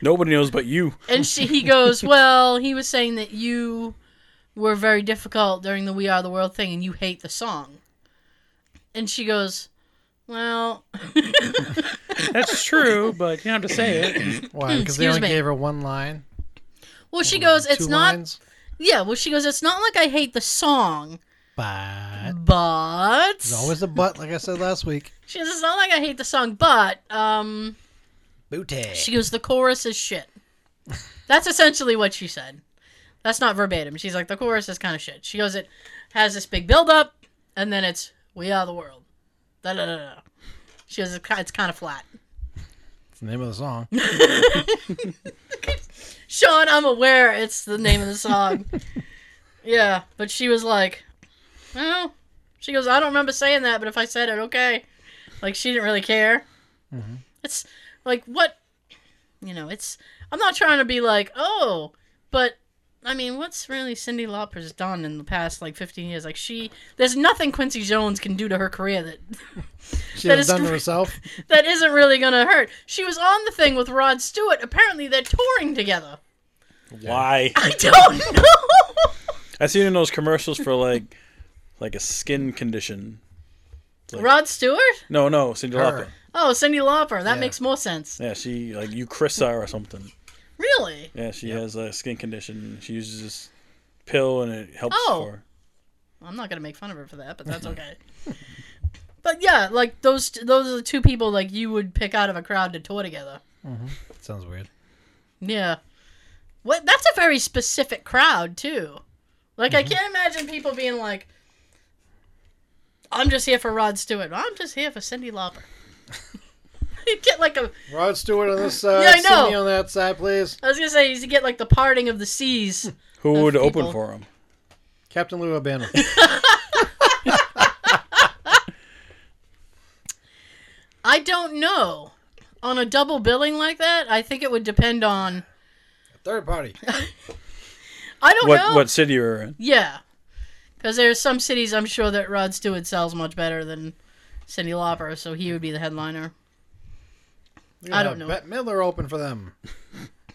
[SPEAKER 4] Nobody knows but you.
[SPEAKER 2] and she he goes, "Well, he was saying that you were very difficult during the We Are the World thing, and you hate the song," and she goes. Well,
[SPEAKER 5] That's true, but you don't have to say it.
[SPEAKER 3] Why? Because they
[SPEAKER 2] Hmm, Excuse
[SPEAKER 3] only
[SPEAKER 2] me.
[SPEAKER 3] gave her one line.
[SPEAKER 2] well, she goes, it's
[SPEAKER 3] two
[SPEAKER 2] not,
[SPEAKER 3] lines.
[SPEAKER 2] yeah, well, she goes, it's not like I hate the song,
[SPEAKER 3] But
[SPEAKER 2] but.
[SPEAKER 3] there's always a but, like I said last week.
[SPEAKER 2] She goes, it's not like I hate the song, but um,
[SPEAKER 3] Booty.
[SPEAKER 2] she goes, the chorus is shit. That's essentially what she said. That's not verbatim. She's like, the chorus is kind of shit. She goes, it has this big build up, and then it's we are the world. Da da da da. She goes, it's kind of flat.
[SPEAKER 3] It's the name of the song.
[SPEAKER 2] Sean, I'm aware it's the name of the song. yeah, but she was like, well, she goes, I don't remember saying that, but if I said it, okay. Like, she didn't really care. It's like, what, you know, it's, I'm not trying to be like, oh, but. I mean, what's really Cindy Lauper's done in the past like 15 years? Like she, there's nothing Quincy Jones can do to her career that
[SPEAKER 3] She
[SPEAKER 2] That
[SPEAKER 3] was
[SPEAKER 2] is
[SPEAKER 3] done to
[SPEAKER 2] great.
[SPEAKER 3] herself.
[SPEAKER 2] that isn't really gonna hurt. She was on the thing with Rod Stewart. Apparently, they're touring together.
[SPEAKER 4] Why?
[SPEAKER 2] I don't know.
[SPEAKER 4] I've seen in those commercials for like, like a skin condition. Like-
[SPEAKER 2] Rod Stewart?
[SPEAKER 4] No, no, Cindy
[SPEAKER 3] Her.
[SPEAKER 4] Lauper.
[SPEAKER 2] Oh, Cindy Lauper. That
[SPEAKER 3] Yeah.
[SPEAKER 2] makes more sense.
[SPEAKER 4] Yeah, she like you Chris or something.
[SPEAKER 2] Really?
[SPEAKER 4] Yeah, she has a skin condition. She uses this pill and it helps
[SPEAKER 2] Oh.
[SPEAKER 4] for.
[SPEAKER 2] I'm not gonna make fun of her for that, but that's okay. but yeah, like those those are the two people like you would pick out of a crowd to tour together.
[SPEAKER 3] Sounds weird.
[SPEAKER 2] Yeah. What? That's a very specific crowd too. Like I can't imagine people being like, "I'm just here for Rod Stewart. I'm just here for Cindy Lauper." you get like a
[SPEAKER 3] Rod Stewart on this side.
[SPEAKER 2] Yeah, I know.
[SPEAKER 3] Sidney on that side, please.
[SPEAKER 2] I was gonna say you get like the parting of the seas.
[SPEAKER 4] Who would open
[SPEAKER 2] people.
[SPEAKER 4] for him?
[SPEAKER 3] Captain Lou Albano.
[SPEAKER 2] I don't know. On a double billing like that, I think it would depend on.
[SPEAKER 3] Third party.
[SPEAKER 2] I don't
[SPEAKER 4] What
[SPEAKER 2] know.
[SPEAKER 4] what city you're in?
[SPEAKER 2] Yeah, because there's some cities I'm sure that Rod Stewart sells much better than Cindy Lauper, so he would be the headliner.
[SPEAKER 3] We're
[SPEAKER 2] I
[SPEAKER 3] gonna
[SPEAKER 2] don't
[SPEAKER 3] have
[SPEAKER 2] know.
[SPEAKER 3] Bette Miller open for them.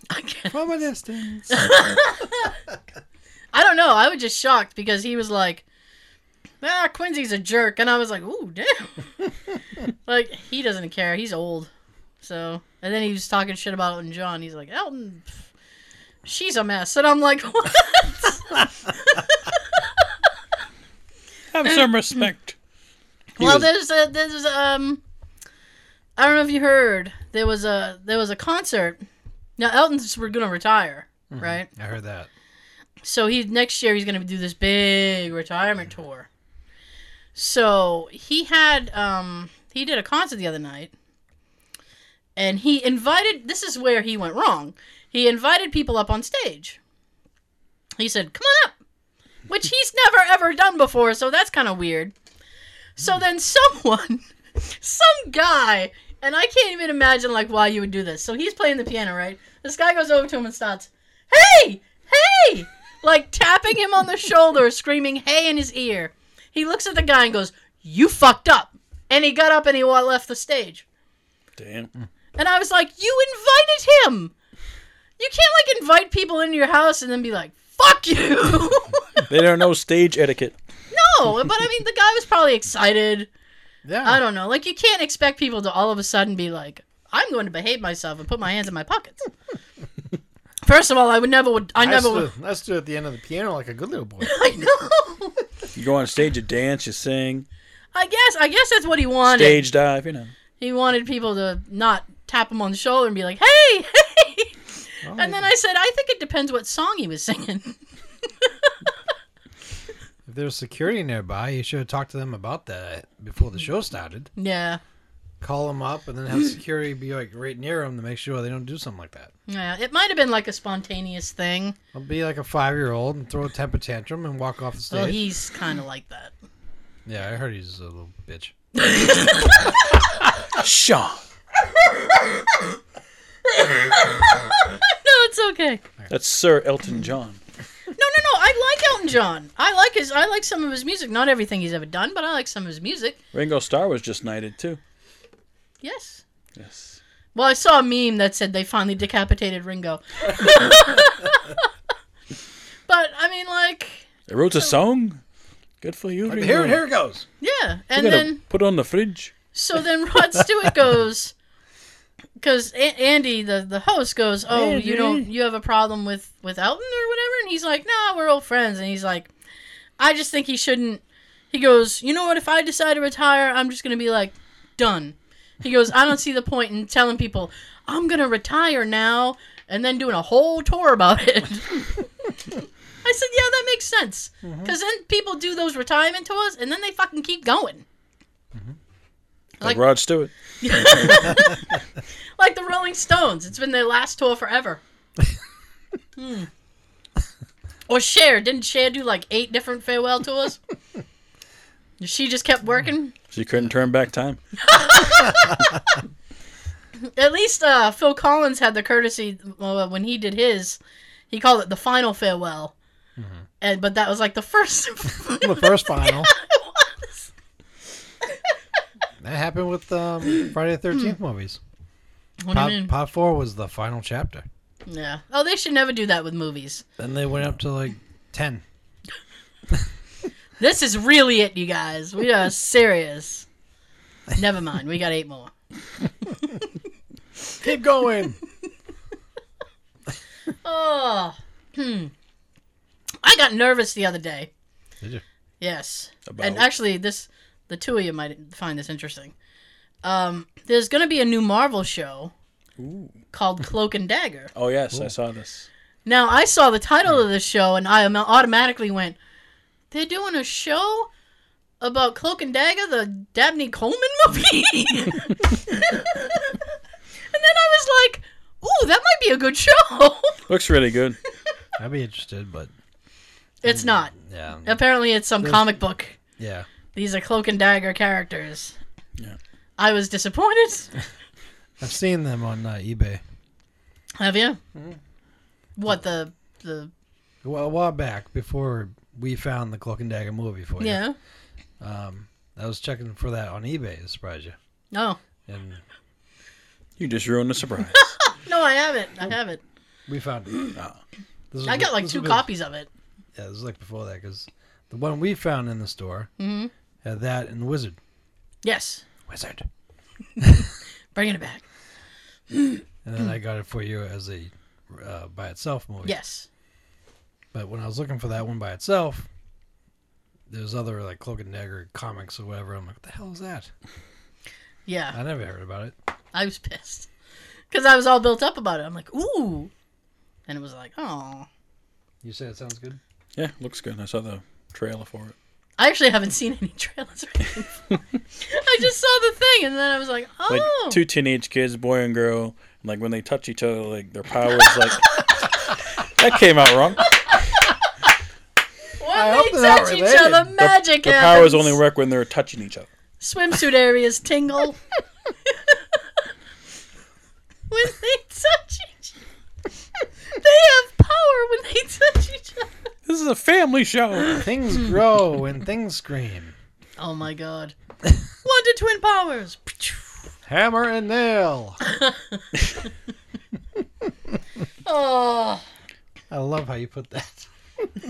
[SPEAKER 2] I can't-
[SPEAKER 3] From a distance.
[SPEAKER 2] I don't know. I was just shocked because he was like, "Ah, Quincy's a jerk," and I was like, "Ooh, damn!" like he doesn't care. He's old. So, and then he was talking shit about Elton John. He's like, "Elton, pff, she's a mess," and I'm like, "What?"
[SPEAKER 4] Have some respect. He
[SPEAKER 2] well,
[SPEAKER 4] was-
[SPEAKER 2] there's a there's um, I don't know if you heard there was a there was a concert. Now Elton's we're gonna retire,
[SPEAKER 4] Mm-hmm.
[SPEAKER 2] right?
[SPEAKER 3] I heard that.
[SPEAKER 2] So he next year he's gonna do this big retirement tour. So he had um he did a concert the other night, and he invited. This is where he went wrong. He invited people up on stage. He said, "Come on up," which he's never ever done before, so that's kind of weird. So then someone, some guy, and I can't even imagine like why you would do this. So he's playing the piano, right? This guy goes over to him and starts, "Hey, hey!" Like tapping him on the shoulder, screaming "Hey!" in his ear. He looks at the guy and goes, "You fucked up." And he got up and he wa- left the stage.
[SPEAKER 4] Damn.
[SPEAKER 2] And I was like, "You invited him. You can't like invite people into your house and then be like, "Fuck you."
[SPEAKER 4] They don't know stage etiquette.
[SPEAKER 2] no, but I mean, the guy was probably excited.
[SPEAKER 3] Yeah.
[SPEAKER 2] I don't know. Like you can't expect people to all of a sudden be like, "I'm going to behave myself and put my hands in my pockets." First of all, I would never would. I
[SPEAKER 3] I
[SPEAKER 2] never would.
[SPEAKER 3] stood, I stood at the end of the piano like a good little boy.
[SPEAKER 2] I know.
[SPEAKER 4] You go on stage, you dance, you sing,
[SPEAKER 2] I guess. I guess that's what he wanted.
[SPEAKER 4] stage dive, you know.
[SPEAKER 2] He wanted people to not tap him on the shoulder and be like, "Hey, hey."
[SPEAKER 3] Oh,
[SPEAKER 2] And then I said, "I think it depends what song he was singing."
[SPEAKER 3] If there was security nearby, you should have talked to them about that before the show started.
[SPEAKER 2] yeah.
[SPEAKER 3] Call them up and then have security be like right near them to make sure they don't do something like that.
[SPEAKER 2] Yeah. It might have been like a spontaneous thing.
[SPEAKER 3] I'll be like a five year old and throw a
[SPEAKER 2] Oh,
[SPEAKER 3] temper tantrum and walk off the stage.
[SPEAKER 2] Well, he's kind of like that.
[SPEAKER 3] Yeah, I heard he's a little bitch.
[SPEAKER 4] Sean.
[SPEAKER 2] No, it's okay.
[SPEAKER 4] That's Sir Elton John.
[SPEAKER 2] No, no, no. I like Elton John. I like his. I like some of his music. Not everything he's ever done, but I like some of his music.
[SPEAKER 4] Ringo Starr was just knighted too.
[SPEAKER 2] Yes.
[SPEAKER 4] Yes.
[SPEAKER 2] Well, I saw a meme that said they finally decapitated Ringo. but I mean, like,
[SPEAKER 4] They wrote a song. Good for you, Ringo.
[SPEAKER 3] Here, here it goes.
[SPEAKER 2] yeah.
[SPEAKER 4] We're
[SPEAKER 2] And
[SPEAKER 4] gonna
[SPEAKER 2] then
[SPEAKER 4] put on the fridge.
[SPEAKER 2] so then Rod Stewart goes, because a- Andy, the the host, goes, "Oh, you don't, you have a problem with with Elton or whatever?" And he's like, "Nah, we're old friends." And he's like, "I just think he shouldn't." He goes, "You know what? If I decide to retire, I'm just gonna be like, done." He goes, "I don't see the point in telling people I'm gonna retire now and then doing a whole tour about it." I said, "Yeah, that makes sense." Because then people do those retirement tours and then they fucking keep going. Like-
[SPEAKER 4] Like, Rod Stewart.
[SPEAKER 2] like the Rolling Stones. It's been their last tour forever. Hmm. Or Cher. Didn't Cher do like eight different farewell tours? she just kept working.
[SPEAKER 4] She couldn't turn back time.
[SPEAKER 2] At least uh, Phil Collins had the courtesy well, when he did his. He called it the final farewell. And, but that was like the first.
[SPEAKER 3] The first final. That happened with um, Friday the Thirteenth movies.
[SPEAKER 2] what do you
[SPEAKER 3] Part,
[SPEAKER 2] mean?
[SPEAKER 3] part four was the final chapter.
[SPEAKER 2] Yeah. Oh, they should never do that with movies.
[SPEAKER 3] Then they went up to like ten.
[SPEAKER 2] This is really it, you guys. We are serious. Never mind. We got eight more.
[SPEAKER 3] Keep going.
[SPEAKER 2] Oh, hmm. I got nervous the other day.
[SPEAKER 3] Did you?
[SPEAKER 2] Yes.
[SPEAKER 4] About
[SPEAKER 2] And actually, this the two of you might find this interesting. Um, there's going to be a new Marvel show called Cloak and Dagger.
[SPEAKER 4] Oh yes, I saw this.
[SPEAKER 2] Now, I saw the title of this show and I am- automatically went, "They're doing a show about Cloak and Dagger, the Dabney Coleman movie." and then I was like, "Ooh, that might be a good show."
[SPEAKER 4] Looks really good.
[SPEAKER 3] I'd be interested, but
[SPEAKER 2] it's not.
[SPEAKER 3] yeah,
[SPEAKER 2] Apparently, it's some comic book.
[SPEAKER 3] yeah.
[SPEAKER 2] These are cloak and dagger characters.
[SPEAKER 4] Yeah.
[SPEAKER 2] I was disappointed.
[SPEAKER 3] I've seen them on uh, eBay
[SPEAKER 2] Have you?
[SPEAKER 3] Hmm.
[SPEAKER 2] What the the
[SPEAKER 3] a wh- a while back before we found the Cloak and Dagger movie
[SPEAKER 4] Oh,
[SPEAKER 3] for you.
[SPEAKER 2] yeah?
[SPEAKER 3] I was checking for that on eBay to surprise you,
[SPEAKER 2] No,
[SPEAKER 3] and
[SPEAKER 4] You just ruined the surprise.
[SPEAKER 2] no, I haven't.
[SPEAKER 4] Oh.
[SPEAKER 2] I haven't.
[SPEAKER 3] we found it.
[SPEAKER 4] Ah.
[SPEAKER 3] This was-
[SPEAKER 2] I got like
[SPEAKER 3] this
[SPEAKER 2] two
[SPEAKER 3] was-
[SPEAKER 2] copies of it.
[SPEAKER 3] Yeah, this is like before that because the one we found in the store
[SPEAKER 2] Mm-hmm.
[SPEAKER 3] had that and the Wizard.
[SPEAKER 2] Yes,
[SPEAKER 3] Wizard.
[SPEAKER 2] bringing it back.
[SPEAKER 4] Oh,
[SPEAKER 3] And
[SPEAKER 2] Mm.
[SPEAKER 3] then I got it for you as a uh, by itself movie.
[SPEAKER 2] Yes.
[SPEAKER 3] But when I was looking for that one by itself, there's other like Cloak and Dagger comics or whatever. I'm like, what the hell is that?
[SPEAKER 2] Yeah,
[SPEAKER 3] I never heard about it.
[SPEAKER 2] I was pissed because I was all built up about it. I'm like, ooh, and it was like, oh.
[SPEAKER 3] You say it sounds good?
[SPEAKER 4] yeah, looks good. I saw the trailer for it.
[SPEAKER 2] I actually haven't seen any trailers. Or anything. I just saw the thing, and then I was like,
[SPEAKER 4] Like
[SPEAKER 2] oh,
[SPEAKER 4] two teenage kids, boy and girl, and like when they touch each other, like their powers like That came out wrong.
[SPEAKER 2] when
[SPEAKER 3] I hope
[SPEAKER 2] they
[SPEAKER 3] they're not
[SPEAKER 2] touch each
[SPEAKER 3] related.
[SPEAKER 2] other, magic
[SPEAKER 4] Their
[SPEAKER 2] happens.
[SPEAKER 4] powers only work when they're touching each other.
[SPEAKER 2] swimsuit areas tingle when they touch each other. They have power when they touch each other.
[SPEAKER 4] This is a family show.
[SPEAKER 3] Things grow and things scream.
[SPEAKER 2] Oh my god. Wonder Twin Powers.
[SPEAKER 3] Hammer and nail.
[SPEAKER 2] Oh,
[SPEAKER 3] I love how you put that.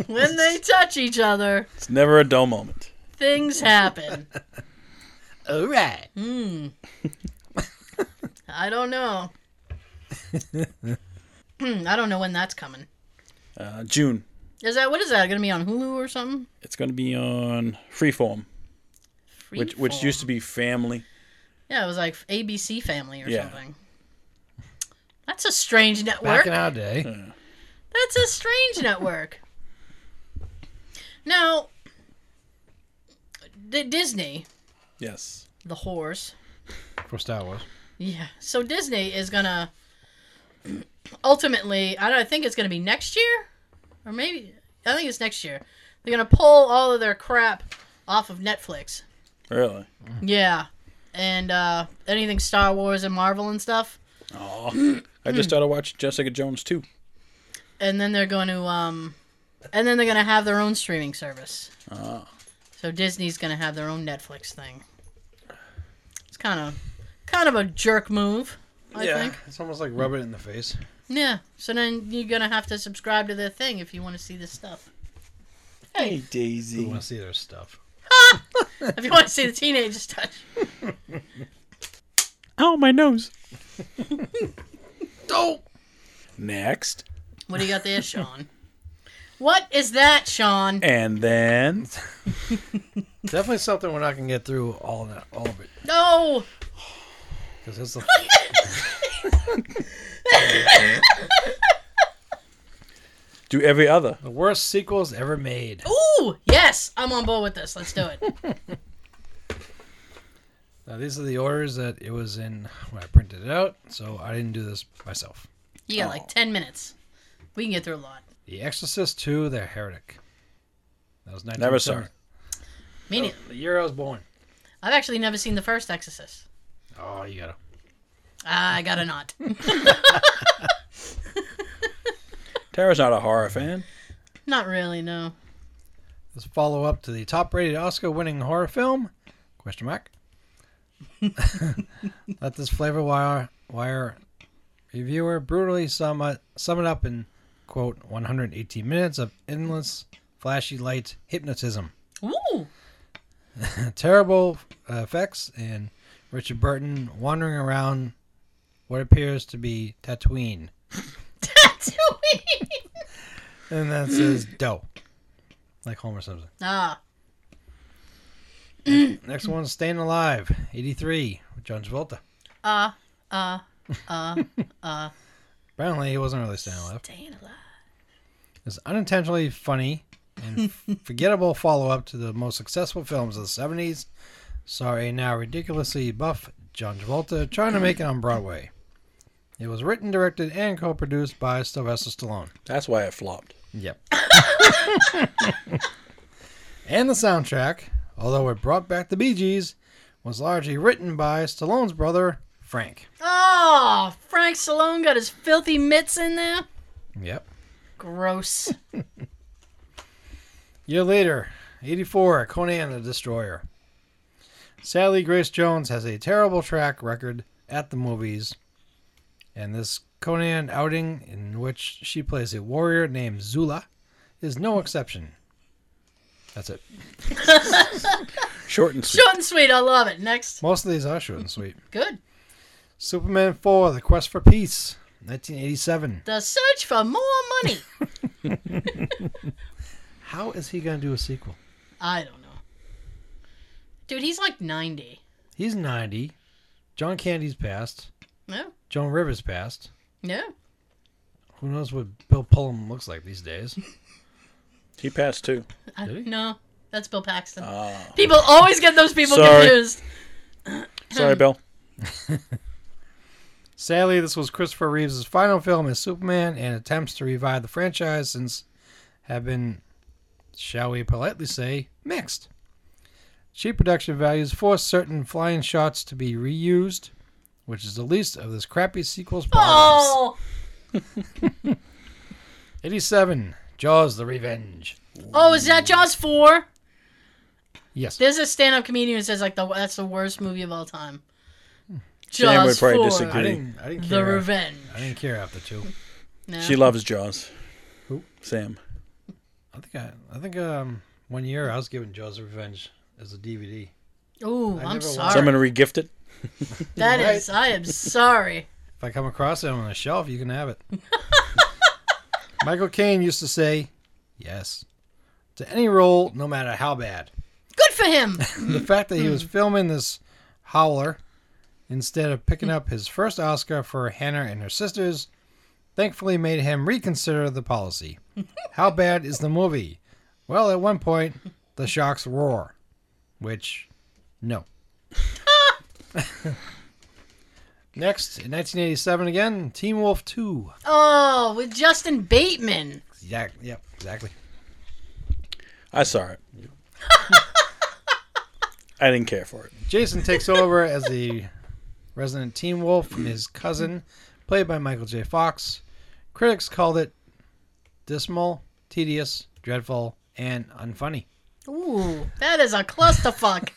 [SPEAKER 2] when they touch each other,
[SPEAKER 4] It's never a dull moment.
[SPEAKER 2] things happen.
[SPEAKER 3] All right.
[SPEAKER 2] Hmm. I don't know. Hmm, I don't know when that's coming.
[SPEAKER 4] Uh, June.
[SPEAKER 2] Is that what is that going to be on Hulu or something?
[SPEAKER 4] It's gonna be on Freeform, which which
[SPEAKER 2] Freeform.
[SPEAKER 4] used to be Family.
[SPEAKER 2] Yeah, it was like ABC Family or
[SPEAKER 4] Yeah.
[SPEAKER 2] something. That's a strange network.
[SPEAKER 3] Back in our day.
[SPEAKER 2] That's a strange network. Now, D- Disney,
[SPEAKER 4] Yes.
[SPEAKER 2] the whores.
[SPEAKER 3] For Star Wars.
[SPEAKER 2] Yeah. So Disney is gonna ultimately. I don't. I think it's gonna be next year, or maybe I think it's next year. They're gonna pull all of their crap off of Netflix.
[SPEAKER 4] Really?
[SPEAKER 2] Yeah. And uh, anything Star Wars and Marvel and stuff.
[SPEAKER 4] Oh, I just started watching Jessica Jones too.
[SPEAKER 2] And then they're going to, um, and then they're going to have their own streaming service.
[SPEAKER 4] Ah.
[SPEAKER 2] So Disney's going to have their own Netflix thing. It's kind of, kind of a jerk move, I
[SPEAKER 3] yeah,
[SPEAKER 2] think.
[SPEAKER 3] it's almost like rubbing it in the face.
[SPEAKER 2] Yeah. So then you're going to have to subscribe to their thing if you want to see this stuff. Hey,
[SPEAKER 3] You
[SPEAKER 4] Daisy.
[SPEAKER 3] want to see their stuff.
[SPEAKER 2] if you want to see the teenagers touch.
[SPEAKER 4] Oh,
[SPEAKER 5] Ow, my nose.
[SPEAKER 4] Next,
[SPEAKER 2] What do you got there, Sean? What is that, Sean?
[SPEAKER 4] and then
[SPEAKER 3] Definitely something we're not gonna get through all that, all of it,
[SPEAKER 2] No.
[SPEAKER 3] because it's the.
[SPEAKER 4] do every other.
[SPEAKER 3] The worst sequels ever made.
[SPEAKER 2] Ooh, yes, I'm on board with this. Let's do it.
[SPEAKER 3] Now these are the orders that it was in when I printed it out, so I didn't do this myself.
[SPEAKER 2] You got like 10 minutes. We can get through a lot.
[SPEAKER 3] The Exorcist 2, The Heretic. That was 1970.
[SPEAKER 4] Never saw it.
[SPEAKER 2] Me neither.
[SPEAKER 3] The year I was born.
[SPEAKER 2] I've actually never seen the first Exorcist.
[SPEAKER 3] Oh, you gotta.
[SPEAKER 2] Ah, I gotta not.
[SPEAKER 4] Tara's not a horror fan.
[SPEAKER 2] not really, no.
[SPEAKER 3] This follow up to the top-rated Oscar-winning horror film? Question mark. Let this flavor wire wire reviewer brutally sum it, sum it up in quote 118 minutes of endless flashy light hypnotism.
[SPEAKER 2] Ooh.
[SPEAKER 3] terrible uh, effects and Richard Burton wandering around what appears to be Tatooine.
[SPEAKER 2] Tatooine.
[SPEAKER 3] And that says dough. Like Homer Simpson.
[SPEAKER 2] Ah,
[SPEAKER 3] Next one's Staying Alive, 83, with John Travolta.
[SPEAKER 2] uh, uh,
[SPEAKER 3] Apparently, he wasn't really staying alive.
[SPEAKER 2] staying alive.
[SPEAKER 3] It's unintentionally funny and forgettable follow up to the most successful films of the 70s. Saw a now ridiculously buff John Travolta trying to make it on Broadway. It was written, directed, and co produced by Sylvester Stallone.
[SPEAKER 4] That's why it flopped.
[SPEAKER 3] Yep. and the soundtrack, although it brought back the Bee Gees, was largely written by Stallone's brother, Frank.
[SPEAKER 2] Oh, Frank Stallone got his filthy mitts in there.
[SPEAKER 3] Yep.
[SPEAKER 2] Gross.
[SPEAKER 3] Year later, 84, Conan the Destroyer. Sadly, Grace Jones has a terrible track record at the movies, and this Conan outing, in which she plays a warrior named Zula, is no exception. That's it.
[SPEAKER 4] Short and sweet.
[SPEAKER 2] Short and sweet. I love it. Next.
[SPEAKER 3] Most of these are short and sweet.
[SPEAKER 2] Good.
[SPEAKER 3] Superman 4, The Quest for Peace, 1987.
[SPEAKER 2] The search for more money.
[SPEAKER 3] How is he going to do a sequel?
[SPEAKER 2] I don't know. Dude, he's like 90.
[SPEAKER 3] He's 90. John Candy's passed.
[SPEAKER 2] No?
[SPEAKER 3] Joan Rivers passed.
[SPEAKER 2] No?
[SPEAKER 3] Who knows what Bill Pullman looks like these days?
[SPEAKER 4] He passed too.
[SPEAKER 2] I,
[SPEAKER 3] Did he?
[SPEAKER 2] no. That's Bill Paxton.
[SPEAKER 4] Ah.
[SPEAKER 2] People always get those people
[SPEAKER 4] Sorry.
[SPEAKER 2] confused.
[SPEAKER 4] Sorry, Bill.
[SPEAKER 3] Sadly, this was Christopher Reeves' final film as Superman, and attempts to revive the franchise since have been, shall we politely say, mixed. Cheap production values forced certain flying shots to be reused, which is the least of this crappy sequel's problems.
[SPEAKER 2] Oh,
[SPEAKER 3] 87. Jaws the Revenge.
[SPEAKER 2] oh, is that Jaws four?
[SPEAKER 3] Yes.
[SPEAKER 2] There's a stand-up comedian who says like the that's the worst movie of all time.
[SPEAKER 4] Sam would
[SPEAKER 2] Jaws
[SPEAKER 4] probably
[SPEAKER 2] four,
[SPEAKER 4] disagree.
[SPEAKER 3] I didn't, I didn't care.
[SPEAKER 2] the revenge.
[SPEAKER 3] I didn't care after two.
[SPEAKER 2] No.
[SPEAKER 4] She loves Jaws.
[SPEAKER 3] Who?
[SPEAKER 4] Sam.
[SPEAKER 3] I think I, I think um, one year I was given Jaws of Revenge as a DVD.
[SPEAKER 2] Ooh,
[SPEAKER 3] I
[SPEAKER 2] I'm
[SPEAKER 3] never
[SPEAKER 2] sorry.
[SPEAKER 3] watched
[SPEAKER 4] So I'm gonna regift it.
[SPEAKER 2] That
[SPEAKER 3] Right.
[SPEAKER 2] is, I am sorry.
[SPEAKER 3] If I come across it on a shelf, you can have it. Michael Caine used to say, "Yes." To any role, no matter how bad.
[SPEAKER 2] Good for him.
[SPEAKER 3] The fact that he was filming this howler instead of picking up his first Oscar for Hannah and her sisters thankfully made him reconsider the policy. How bad is the movie? Well, at one point, the sharks roar, which, no. Next, in 1987 again, Teen Wolf 2.
[SPEAKER 2] Oh, with Justin Bateman.
[SPEAKER 3] Exact, yep, exactly.
[SPEAKER 4] I saw it. I didn't care for it.
[SPEAKER 3] Jason takes over as the resident Teen Wolf from his cousin, played by Michael J. Fox. Critics called it dismal, tedious, dreadful, and unfunny.
[SPEAKER 2] Ooh, that is a clusterfuck.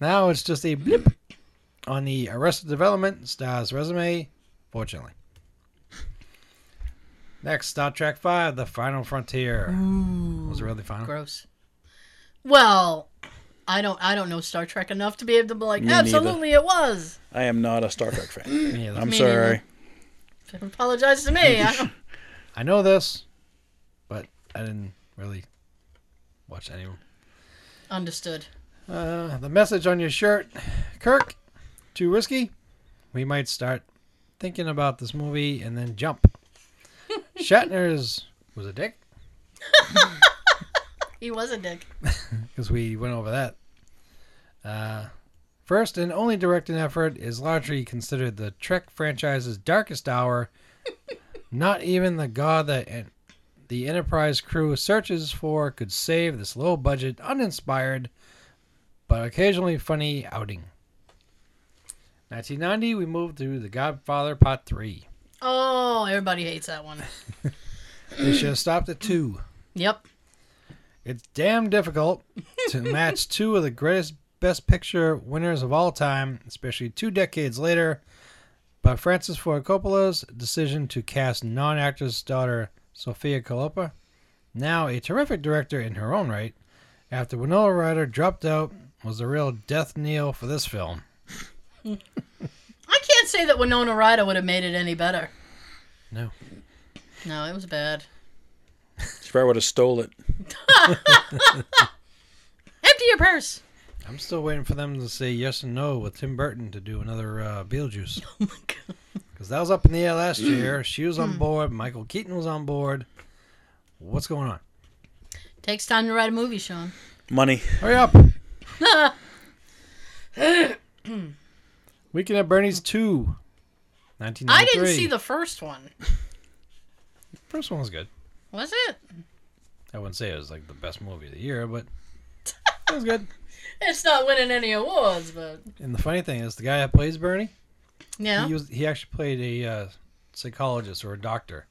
[SPEAKER 3] Now it's just a blip on the Arrested Development star's resume, fortunately. Next, Star Trek Five: The Final Frontier. Was it really final?
[SPEAKER 2] Gross. Well, I don't I don't know Star Trek enough to be able to be like,
[SPEAKER 4] Me neither.
[SPEAKER 2] absolutely it was.
[SPEAKER 4] I am not a Star Trek fan.
[SPEAKER 3] Yeah, the-
[SPEAKER 4] I'm
[SPEAKER 2] Me
[SPEAKER 4] sorry.
[SPEAKER 2] Apologize to me. I don't,
[SPEAKER 3] I know this, but I didn't really watch any of them.
[SPEAKER 2] understood.
[SPEAKER 3] Uh, the message on your shirt, Kirk, too risky. We might start thinking about this movie and then jump. Shatner's was a dick
[SPEAKER 2] He was a dick.
[SPEAKER 3] because we went over that. Uh, first and only directing effort is largely considered the Trek franchise's darkest hour. Not even the god that en- the Enterprise crew searches for could save this low budget, uninspired, but occasionally funny outing. 1990, we moved to The Godfather Part 3.
[SPEAKER 2] Oh, everybody hates that one.
[SPEAKER 3] They should have stopped at 2.
[SPEAKER 2] Yep.
[SPEAKER 3] It's damn difficult to match two of the greatest Best Picture winners of all time, especially two decades later. But Francis Ford Coppola's decision to cast non actress daughter Sofia Coppola, now a terrific director in her own right, after Winona Ryder dropped out, was a real death knell for this film.
[SPEAKER 2] I can't say that Winona Ryder would have made it any better.
[SPEAKER 3] No.
[SPEAKER 2] No, it was bad.
[SPEAKER 4] She probably would have stole it.
[SPEAKER 2] Empty your purse.
[SPEAKER 3] I'm still waiting for them to say yes and no with Tim Burton to do another uh, Beetlejuice.
[SPEAKER 2] Oh my god.
[SPEAKER 3] Because that was up in the air last year. She was on board. Michael Keaton was on board. What's going on?
[SPEAKER 2] Takes time to write a movie, Sean.
[SPEAKER 4] Money.
[SPEAKER 3] Hurry up. Weekend at Bernie's 2.
[SPEAKER 2] I didn't
[SPEAKER 3] 1993.
[SPEAKER 2] see the first one.
[SPEAKER 3] first one was good.
[SPEAKER 2] Was it?
[SPEAKER 3] I wouldn't say it was like the best movie of the year, but it was good.
[SPEAKER 2] It's not winning any awards, but
[SPEAKER 3] And the funny thing is, the guy that plays Bernie,
[SPEAKER 2] yeah.
[SPEAKER 3] he was he actually played a uh, psychologist or a doctor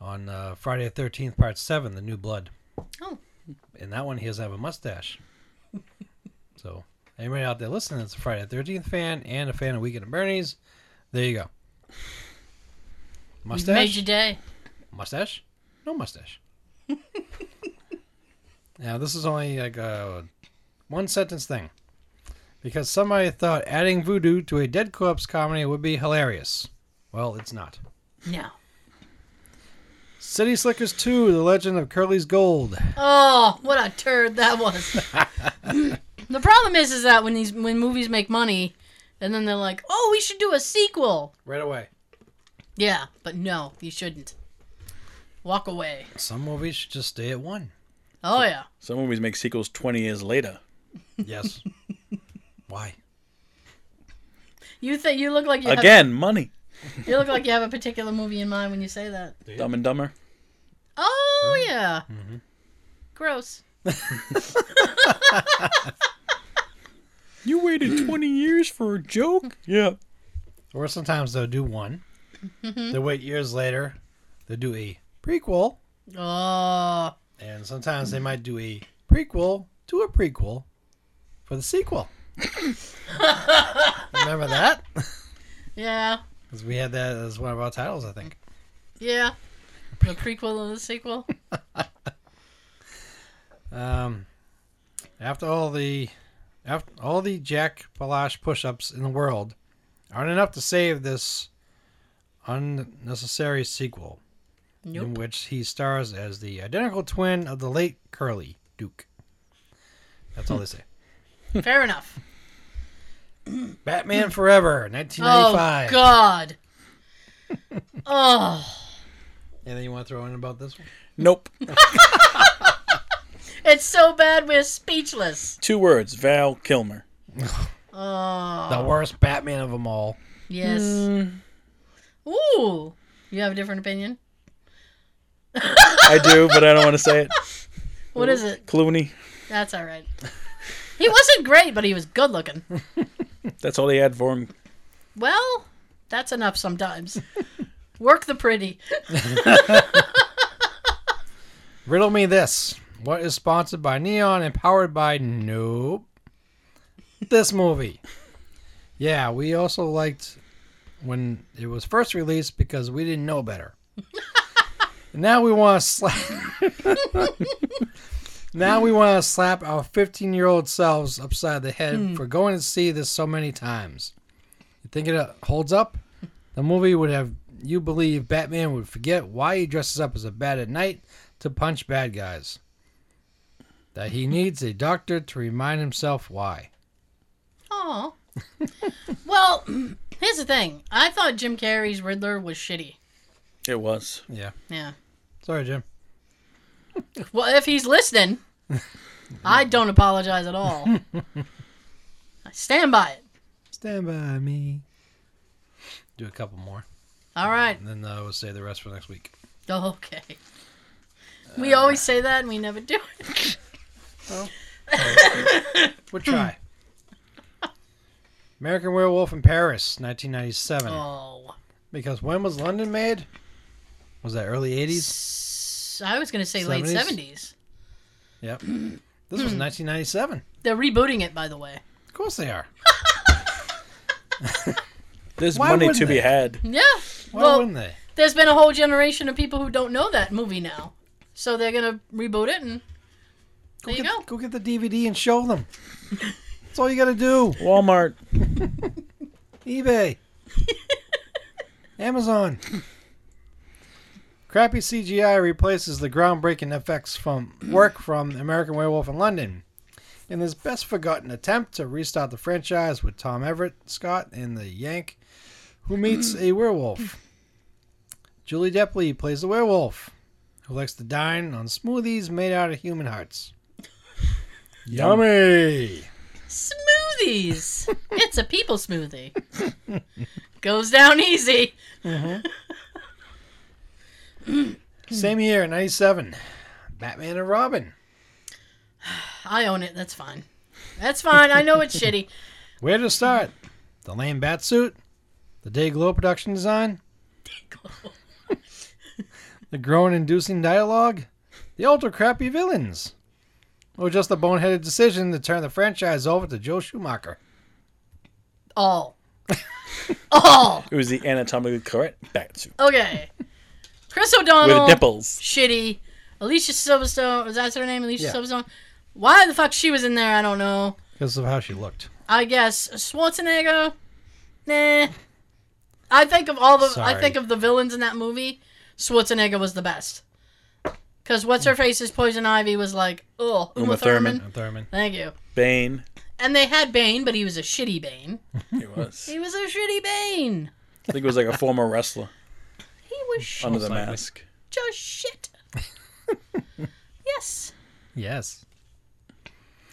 [SPEAKER 3] on uh, Friday the Thirteenth Part Seven, The New Blood.
[SPEAKER 2] Oh.
[SPEAKER 3] In that one, he does have a mustache. so anybody out there listening that's a Friday the Thirteenth fan and a fan of Weekend at Bernie's, there you go.
[SPEAKER 2] You've
[SPEAKER 3] Mustache,
[SPEAKER 2] made your day.
[SPEAKER 3] mustache, no mustache. now this is only like a one sentence thing. Because somebody thought adding voodoo to a Dead Corpse comedy would be hilarious. Well, it's not.
[SPEAKER 2] No.
[SPEAKER 3] City Slickers 2, The Legend of Curly's Gold.
[SPEAKER 2] Oh, what a turd that was. the problem is, is that when these when movies make money, and then they're like, oh, we should do a sequel.
[SPEAKER 3] Right away.
[SPEAKER 2] Yeah, but no, you shouldn't. Walk away.
[SPEAKER 3] Some movies should just stay at one.
[SPEAKER 2] Oh yeah.
[SPEAKER 4] Some movies make sequels 20 years later.
[SPEAKER 3] Yes. Why?
[SPEAKER 2] You think you look like you have-
[SPEAKER 4] Again, money.
[SPEAKER 2] You look like you have a particular movie in mind when you say that.
[SPEAKER 4] Dumb and Dumber.
[SPEAKER 2] Oh yeah. Gross.
[SPEAKER 4] You waited 20 years for a joke? Yeah.
[SPEAKER 3] Or sometimes they'll do one. they wait years later. They'll do a prequel.
[SPEAKER 2] Oh.
[SPEAKER 3] And sometimes
[SPEAKER 2] Hmm.
[SPEAKER 3] they might do a prequel to a prequel for the sequel. Remember that?
[SPEAKER 2] Yeah.
[SPEAKER 3] Because we had that as one of our titles, I think.
[SPEAKER 2] Yeah. The prequel and the sequel.
[SPEAKER 3] Um, after all the, after all the Jack Palash push-ups in the world, aren't enough to save this unnecessary sequel, in
[SPEAKER 2] Nope.
[SPEAKER 3] which he stars as the identical twin of the late Curly Duke. That's all they say.
[SPEAKER 2] Fair enough.
[SPEAKER 3] Batman Forever,
[SPEAKER 2] Oh
[SPEAKER 3] 1995.
[SPEAKER 2] God. oh.
[SPEAKER 3] Anything you want to throw in about this one?
[SPEAKER 4] Nope.
[SPEAKER 2] It's so bad we're speechless.
[SPEAKER 4] Two words Val Kilmer.
[SPEAKER 2] Oh.
[SPEAKER 3] The worst Batman of them all.
[SPEAKER 2] Yes.
[SPEAKER 4] Mm.
[SPEAKER 2] Ooh. You have a different opinion?
[SPEAKER 4] I do, but I don't want to say it.
[SPEAKER 2] What is it?
[SPEAKER 4] Clooney.
[SPEAKER 2] That's all right. He wasn't great, but he was good looking.
[SPEAKER 4] That's all they had for him.
[SPEAKER 2] Well, that's enough sometimes. Work the pretty.
[SPEAKER 3] Riddle me this. What is sponsored by Neon and powered by Nope? This movie. Yeah, we also liked when it was first released because we didn't know better. And now we want to slap. now we want to slap our 15 year old selves upside the head for going to see this so many times. You think it uh, holds up? The movie would have you believe Batman would forget why he dresses up as a bat at night to punch bad guys. That he needs a doctor to remind himself why.
[SPEAKER 2] Aw. Well, here's the thing. I thought Jim Carrey's Riddler was shitty.
[SPEAKER 4] It was.
[SPEAKER 3] Yeah.
[SPEAKER 2] Yeah.
[SPEAKER 3] Sorry, Jim.
[SPEAKER 2] Well, if he's listening, I don't apologize at all. I stand by it.
[SPEAKER 3] Stand by me. Do a couple more,
[SPEAKER 2] All right.
[SPEAKER 3] and then I will say the rest for next week.
[SPEAKER 2] Okay. We
[SPEAKER 3] Uh,
[SPEAKER 2] always say that and we never do it.
[SPEAKER 3] We'll try. American Werewolf in Paris, 1997.
[SPEAKER 2] Oh.
[SPEAKER 3] Because when was London made? Was that early 80s?
[SPEAKER 2] S- I was going to say late
[SPEAKER 3] 70s?
[SPEAKER 2] 70s.
[SPEAKER 3] Yep. This was 1997.
[SPEAKER 2] They're rebooting it, by the way.
[SPEAKER 3] Of course they are.
[SPEAKER 4] There's
[SPEAKER 3] Why
[SPEAKER 4] money to
[SPEAKER 3] wouldn't
[SPEAKER 4] be
[SPEAKER 3] they?
[SPEAKER 4] had.
[SPEAKER 2] Yeah.
[SPEAKER 3] Why
[SPEAKER 2] well,
[SPEAKER 3] wouldn't they?
[SPEAKER 2] there's been a whole generation of people who don't know that movie now. So they're going to reboot it and there you
[SPEAKER 3] get,
[SPEAKER 2] go.
[SPEAKER 3] get the DVD and show them. That's all you got to do.
[SPEAKER 4] Walmart.
[SPEAKER 3] eBay, Amazon. Crappy CGI replaces the groundbreaking effects from work from American Werewolf in London. In his best forgotten attempt to restart the franchise with Tom Everett Scott and the Yank, who meets a werewolf. Julie Depley plays the werewolf, who likes to dine on smoothies made out of human hearts. Yummy!
[SPEAKER 2] Smoothies. it's a people smoothie. Goes down easy.
[SPEAKER 3] Same year, 97. Batman and Robin.
[SPEAKER 2] I own it. That's fine. That's fine. I know it's shitty.
[SPEAKER 3] Where to start? The lame bat suit, the day glow production design, the groan inducing dialogue, the ultra crappy villains, or just the boneheaded decision to turn the franchise over to Joe Schumacher.
[SPEAKER 2] All. All.
[SPEAKER 4] It was the anatomically correct bat suit
[SPEAKER 2] Okay. Chris
[SPEAKER 4] with
[SPEAKER 2] O'Donnell.
[SPEAKER 4] nipples.
[SPEAKER 2] Shitty. Alicia Silverstone. Was that her name? Alicia
[SPEAKER 3] Yeah.
[SPEAKER 2] Silverstone. Why the fuck she was in there? I don't know.
[SPEAKER 3] Because of how she looked.
[SPEAKER 2] I guess Schwarzenegger. Nah. I think of all the I
[SPEAKER 3] Sorry.
[SPEAKER 2] think of the villains in that movie, Schwarzenegger was the best. Cause what's her face's poison ivy was like, oh, Uma,
[SPEAKER 4] Uma Thurman.
[SPEAKER 2] Thurman.
[SPEAKER 3] And Thurman.
[SPEAKER 2] Thank you.
[SPEAKER 4] Bane.
[SPEAKER 2] And they had Bane, but he was a shitty Bane.
[SPEAKER 4] It was.
[SPEAKER 2] He was a shitty Bane.
[SPEAKER 4] I think it was like a former wrestler
[SPEAKER 2] He was sh-
[SPEAKER 4] under the
[SPEAKER 3] likely.
[SPEAKER 4] mask.
[SPEAKER 2] just shit. yes.
[SPEAKER 3] Yes.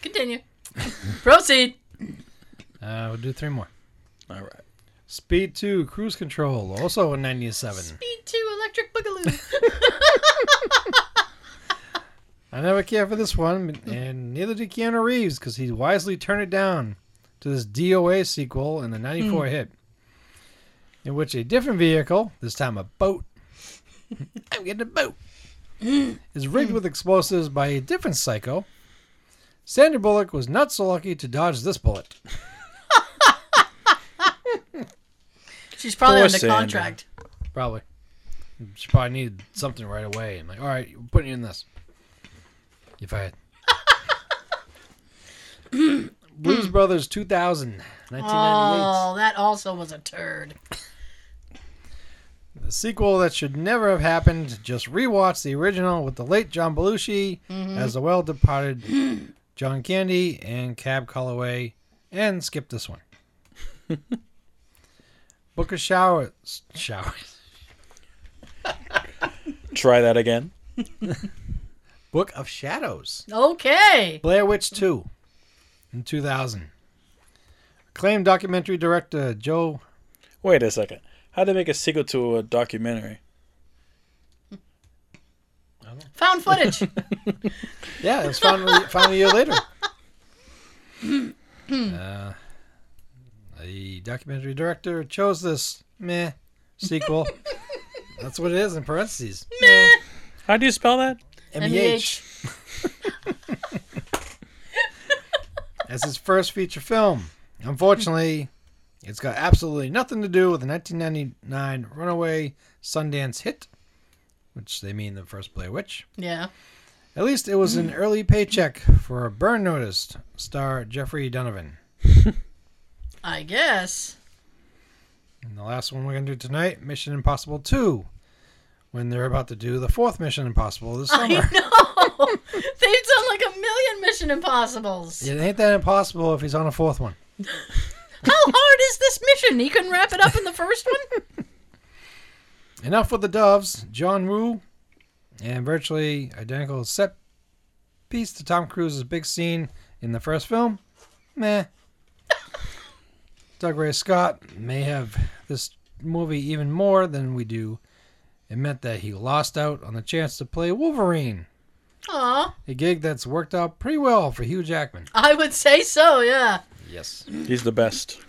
[SPEAKER 2] Continue. Proceed.
[SPEAKER 3] Uh, we'll do three more.
[SPEAKER 4] All right.
[SPEAKER 3] Speed 2 Cruise Control, also in 97.
[SPEAKER 2] Speed two electric boogaloo.
[SPEAKER 3] I never care for this one, and neither did Keanu Reeves because he wisely turned it down to this DOA sequel in the 94 hit, in which a different vehicle, this time a boat, I'm getting a boat, is rigged with explosives by a different psycho. Sandra Bullock was not so lucky to dodge this bullet.
[SPEAKER 2] She's probably
[SPEAKER 4] Poor
[SPEAKER 2] under
[SPEAKER 4] Sandra.
[SPEAKER 2] contract.
[SPEAKER 3] Probably. She probably needed something right away. I'm like, all right, we're putting you in this. You fired. Blues Brothers 2000, 1998.
[SPEAKER 2] Oh, that also was a turd.
[SPEAKER 3] The sequel that should never have happened. Just rewatch the original with the late John Belushi as the well departed John Candy and Cab Calloway, and skip this one. Book a shower. Shower.
[SPEAKER 4] Try that again.
[SPEAKER 3] Book of Shadows.
[SPEAKER 2] Okay.
[SPEAKER 3] Blair Witch 2 in 2000. Acclaimed documentary director Joe.
[SPEAKER 4] Wait a second. How do they make a sequel to a documentary?
[SPEAKER 2] Found footage.
[SPEAKER 3] Yeah, it was found, found a year later. uh, the documentary director chose this meh sequel. That's what it is in parentheses. Meh.
[SPEAKER 5] How do you spell that?
[SPEAKER 3] MEH. as his first feature film. Unfortunately, it's got absolutely nothing to do with the 1999 runaway Sundance hit, which they mean the first Blair Witch.
[SPEAKER 2] Yeah.
[SPEAKER 3] At least it was an early paycheck for a burn notice star Jeffrey Donovan.
[SPEAKER 2] I guess.
[SPEAKER 3] And the last one we're going to do tonight Mission Impossible 2, when they're about to do the fourth Mission Impossible this
[SPEAKER 2] I know.
[SPEAKER 3] summer.
[SPEAKER 2] They've done like a million Mission Impossibles.
[SPEAKER 3] It ain't that impossible if he's on a fourth one.
[SPEAKER 2] How hard is this mission? He couldn't wrap it up in the first one?
[SPEAKER 3] Enough with the doves. John Woo and virtually identical set piece to Tom Cruise's big scene in the first film. Meh. Doug Ray Scott may have this movie even more than we do. It meant that he lost out on the chance to play Wolverine,
[SPEAKER 2] Aw.
[SPEAKER 3] a gig that's worked out pretty well for Hugh Jackman.
[SPEAKER 2] I would say so, yeah.
[SPEAKER 3] Yes.
[SPEAKER 4] He's the best.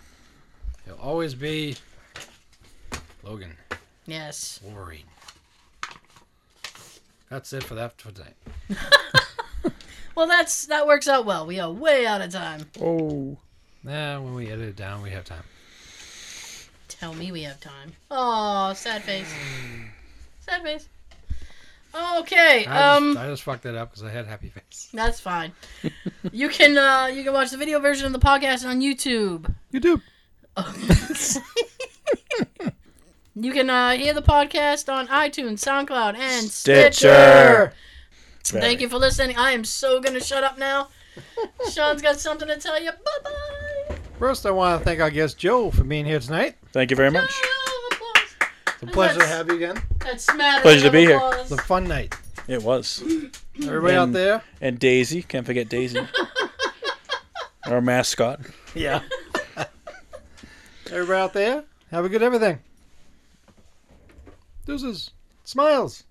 [SPEAKER 3] He'll always be Logan
[SPEAKER 2] Yes.
[SPEAKER 3] Wolverine. That's it for that for tonight.
[SPEAKER 2] Well, that's that works out well. We are way out of time.
[SPEAKER 5] Oh.
[SPEAKER 3] Nah, when we edit it down, we have time.
[SPEAKER 2] Tell me we have time. Oh, sad face. Sad face. Okay.
[SPEAKER 3] I,
[SPEAKER 2] um.
[SPEAKER 3] just, I just fucked that up because I had happy face.
[SPEAKER 2] That's fine. you can uh, you can watch the video version of the podcast on YouTube.
[SPEAKER 3] You do.
[SPEAKER 2] you can uh, hear the podcast on iTunes, SoundCloud, and Stitcher.
[SPEAKER 4] Stitcher.
[SPEAKER 2] Thank you for listening. I am so gonna shut up now. Sean's got something to tell you. Bye bye.
[SPEAKER 3] First, I want to thank our guest Joe for being here tonight.
[SPEAKER 4] Thank you very much.
[SPEAKER 3] It's a pleasure to have you again.
[SPEAKER 2] That smattering
[SPEAKER 4] Pleasure to
[SPEAKER 2] of
[SPEAKER 4] be here.
[SPEAKER 2] applause.
[SPEAKER 3] It's a fun night.
[SPEAKER 4] It was.
[SPEAKER 3] Everybody out
[SPEAKER 4] And-
[SPEAKER 3] there.
[SPEAKER 4] And Daisy, can't forget Daisy. Our mascot.
[SPEAKER 3] Yeah. Everybody out there. Have a good everything. Deuces. Smiles.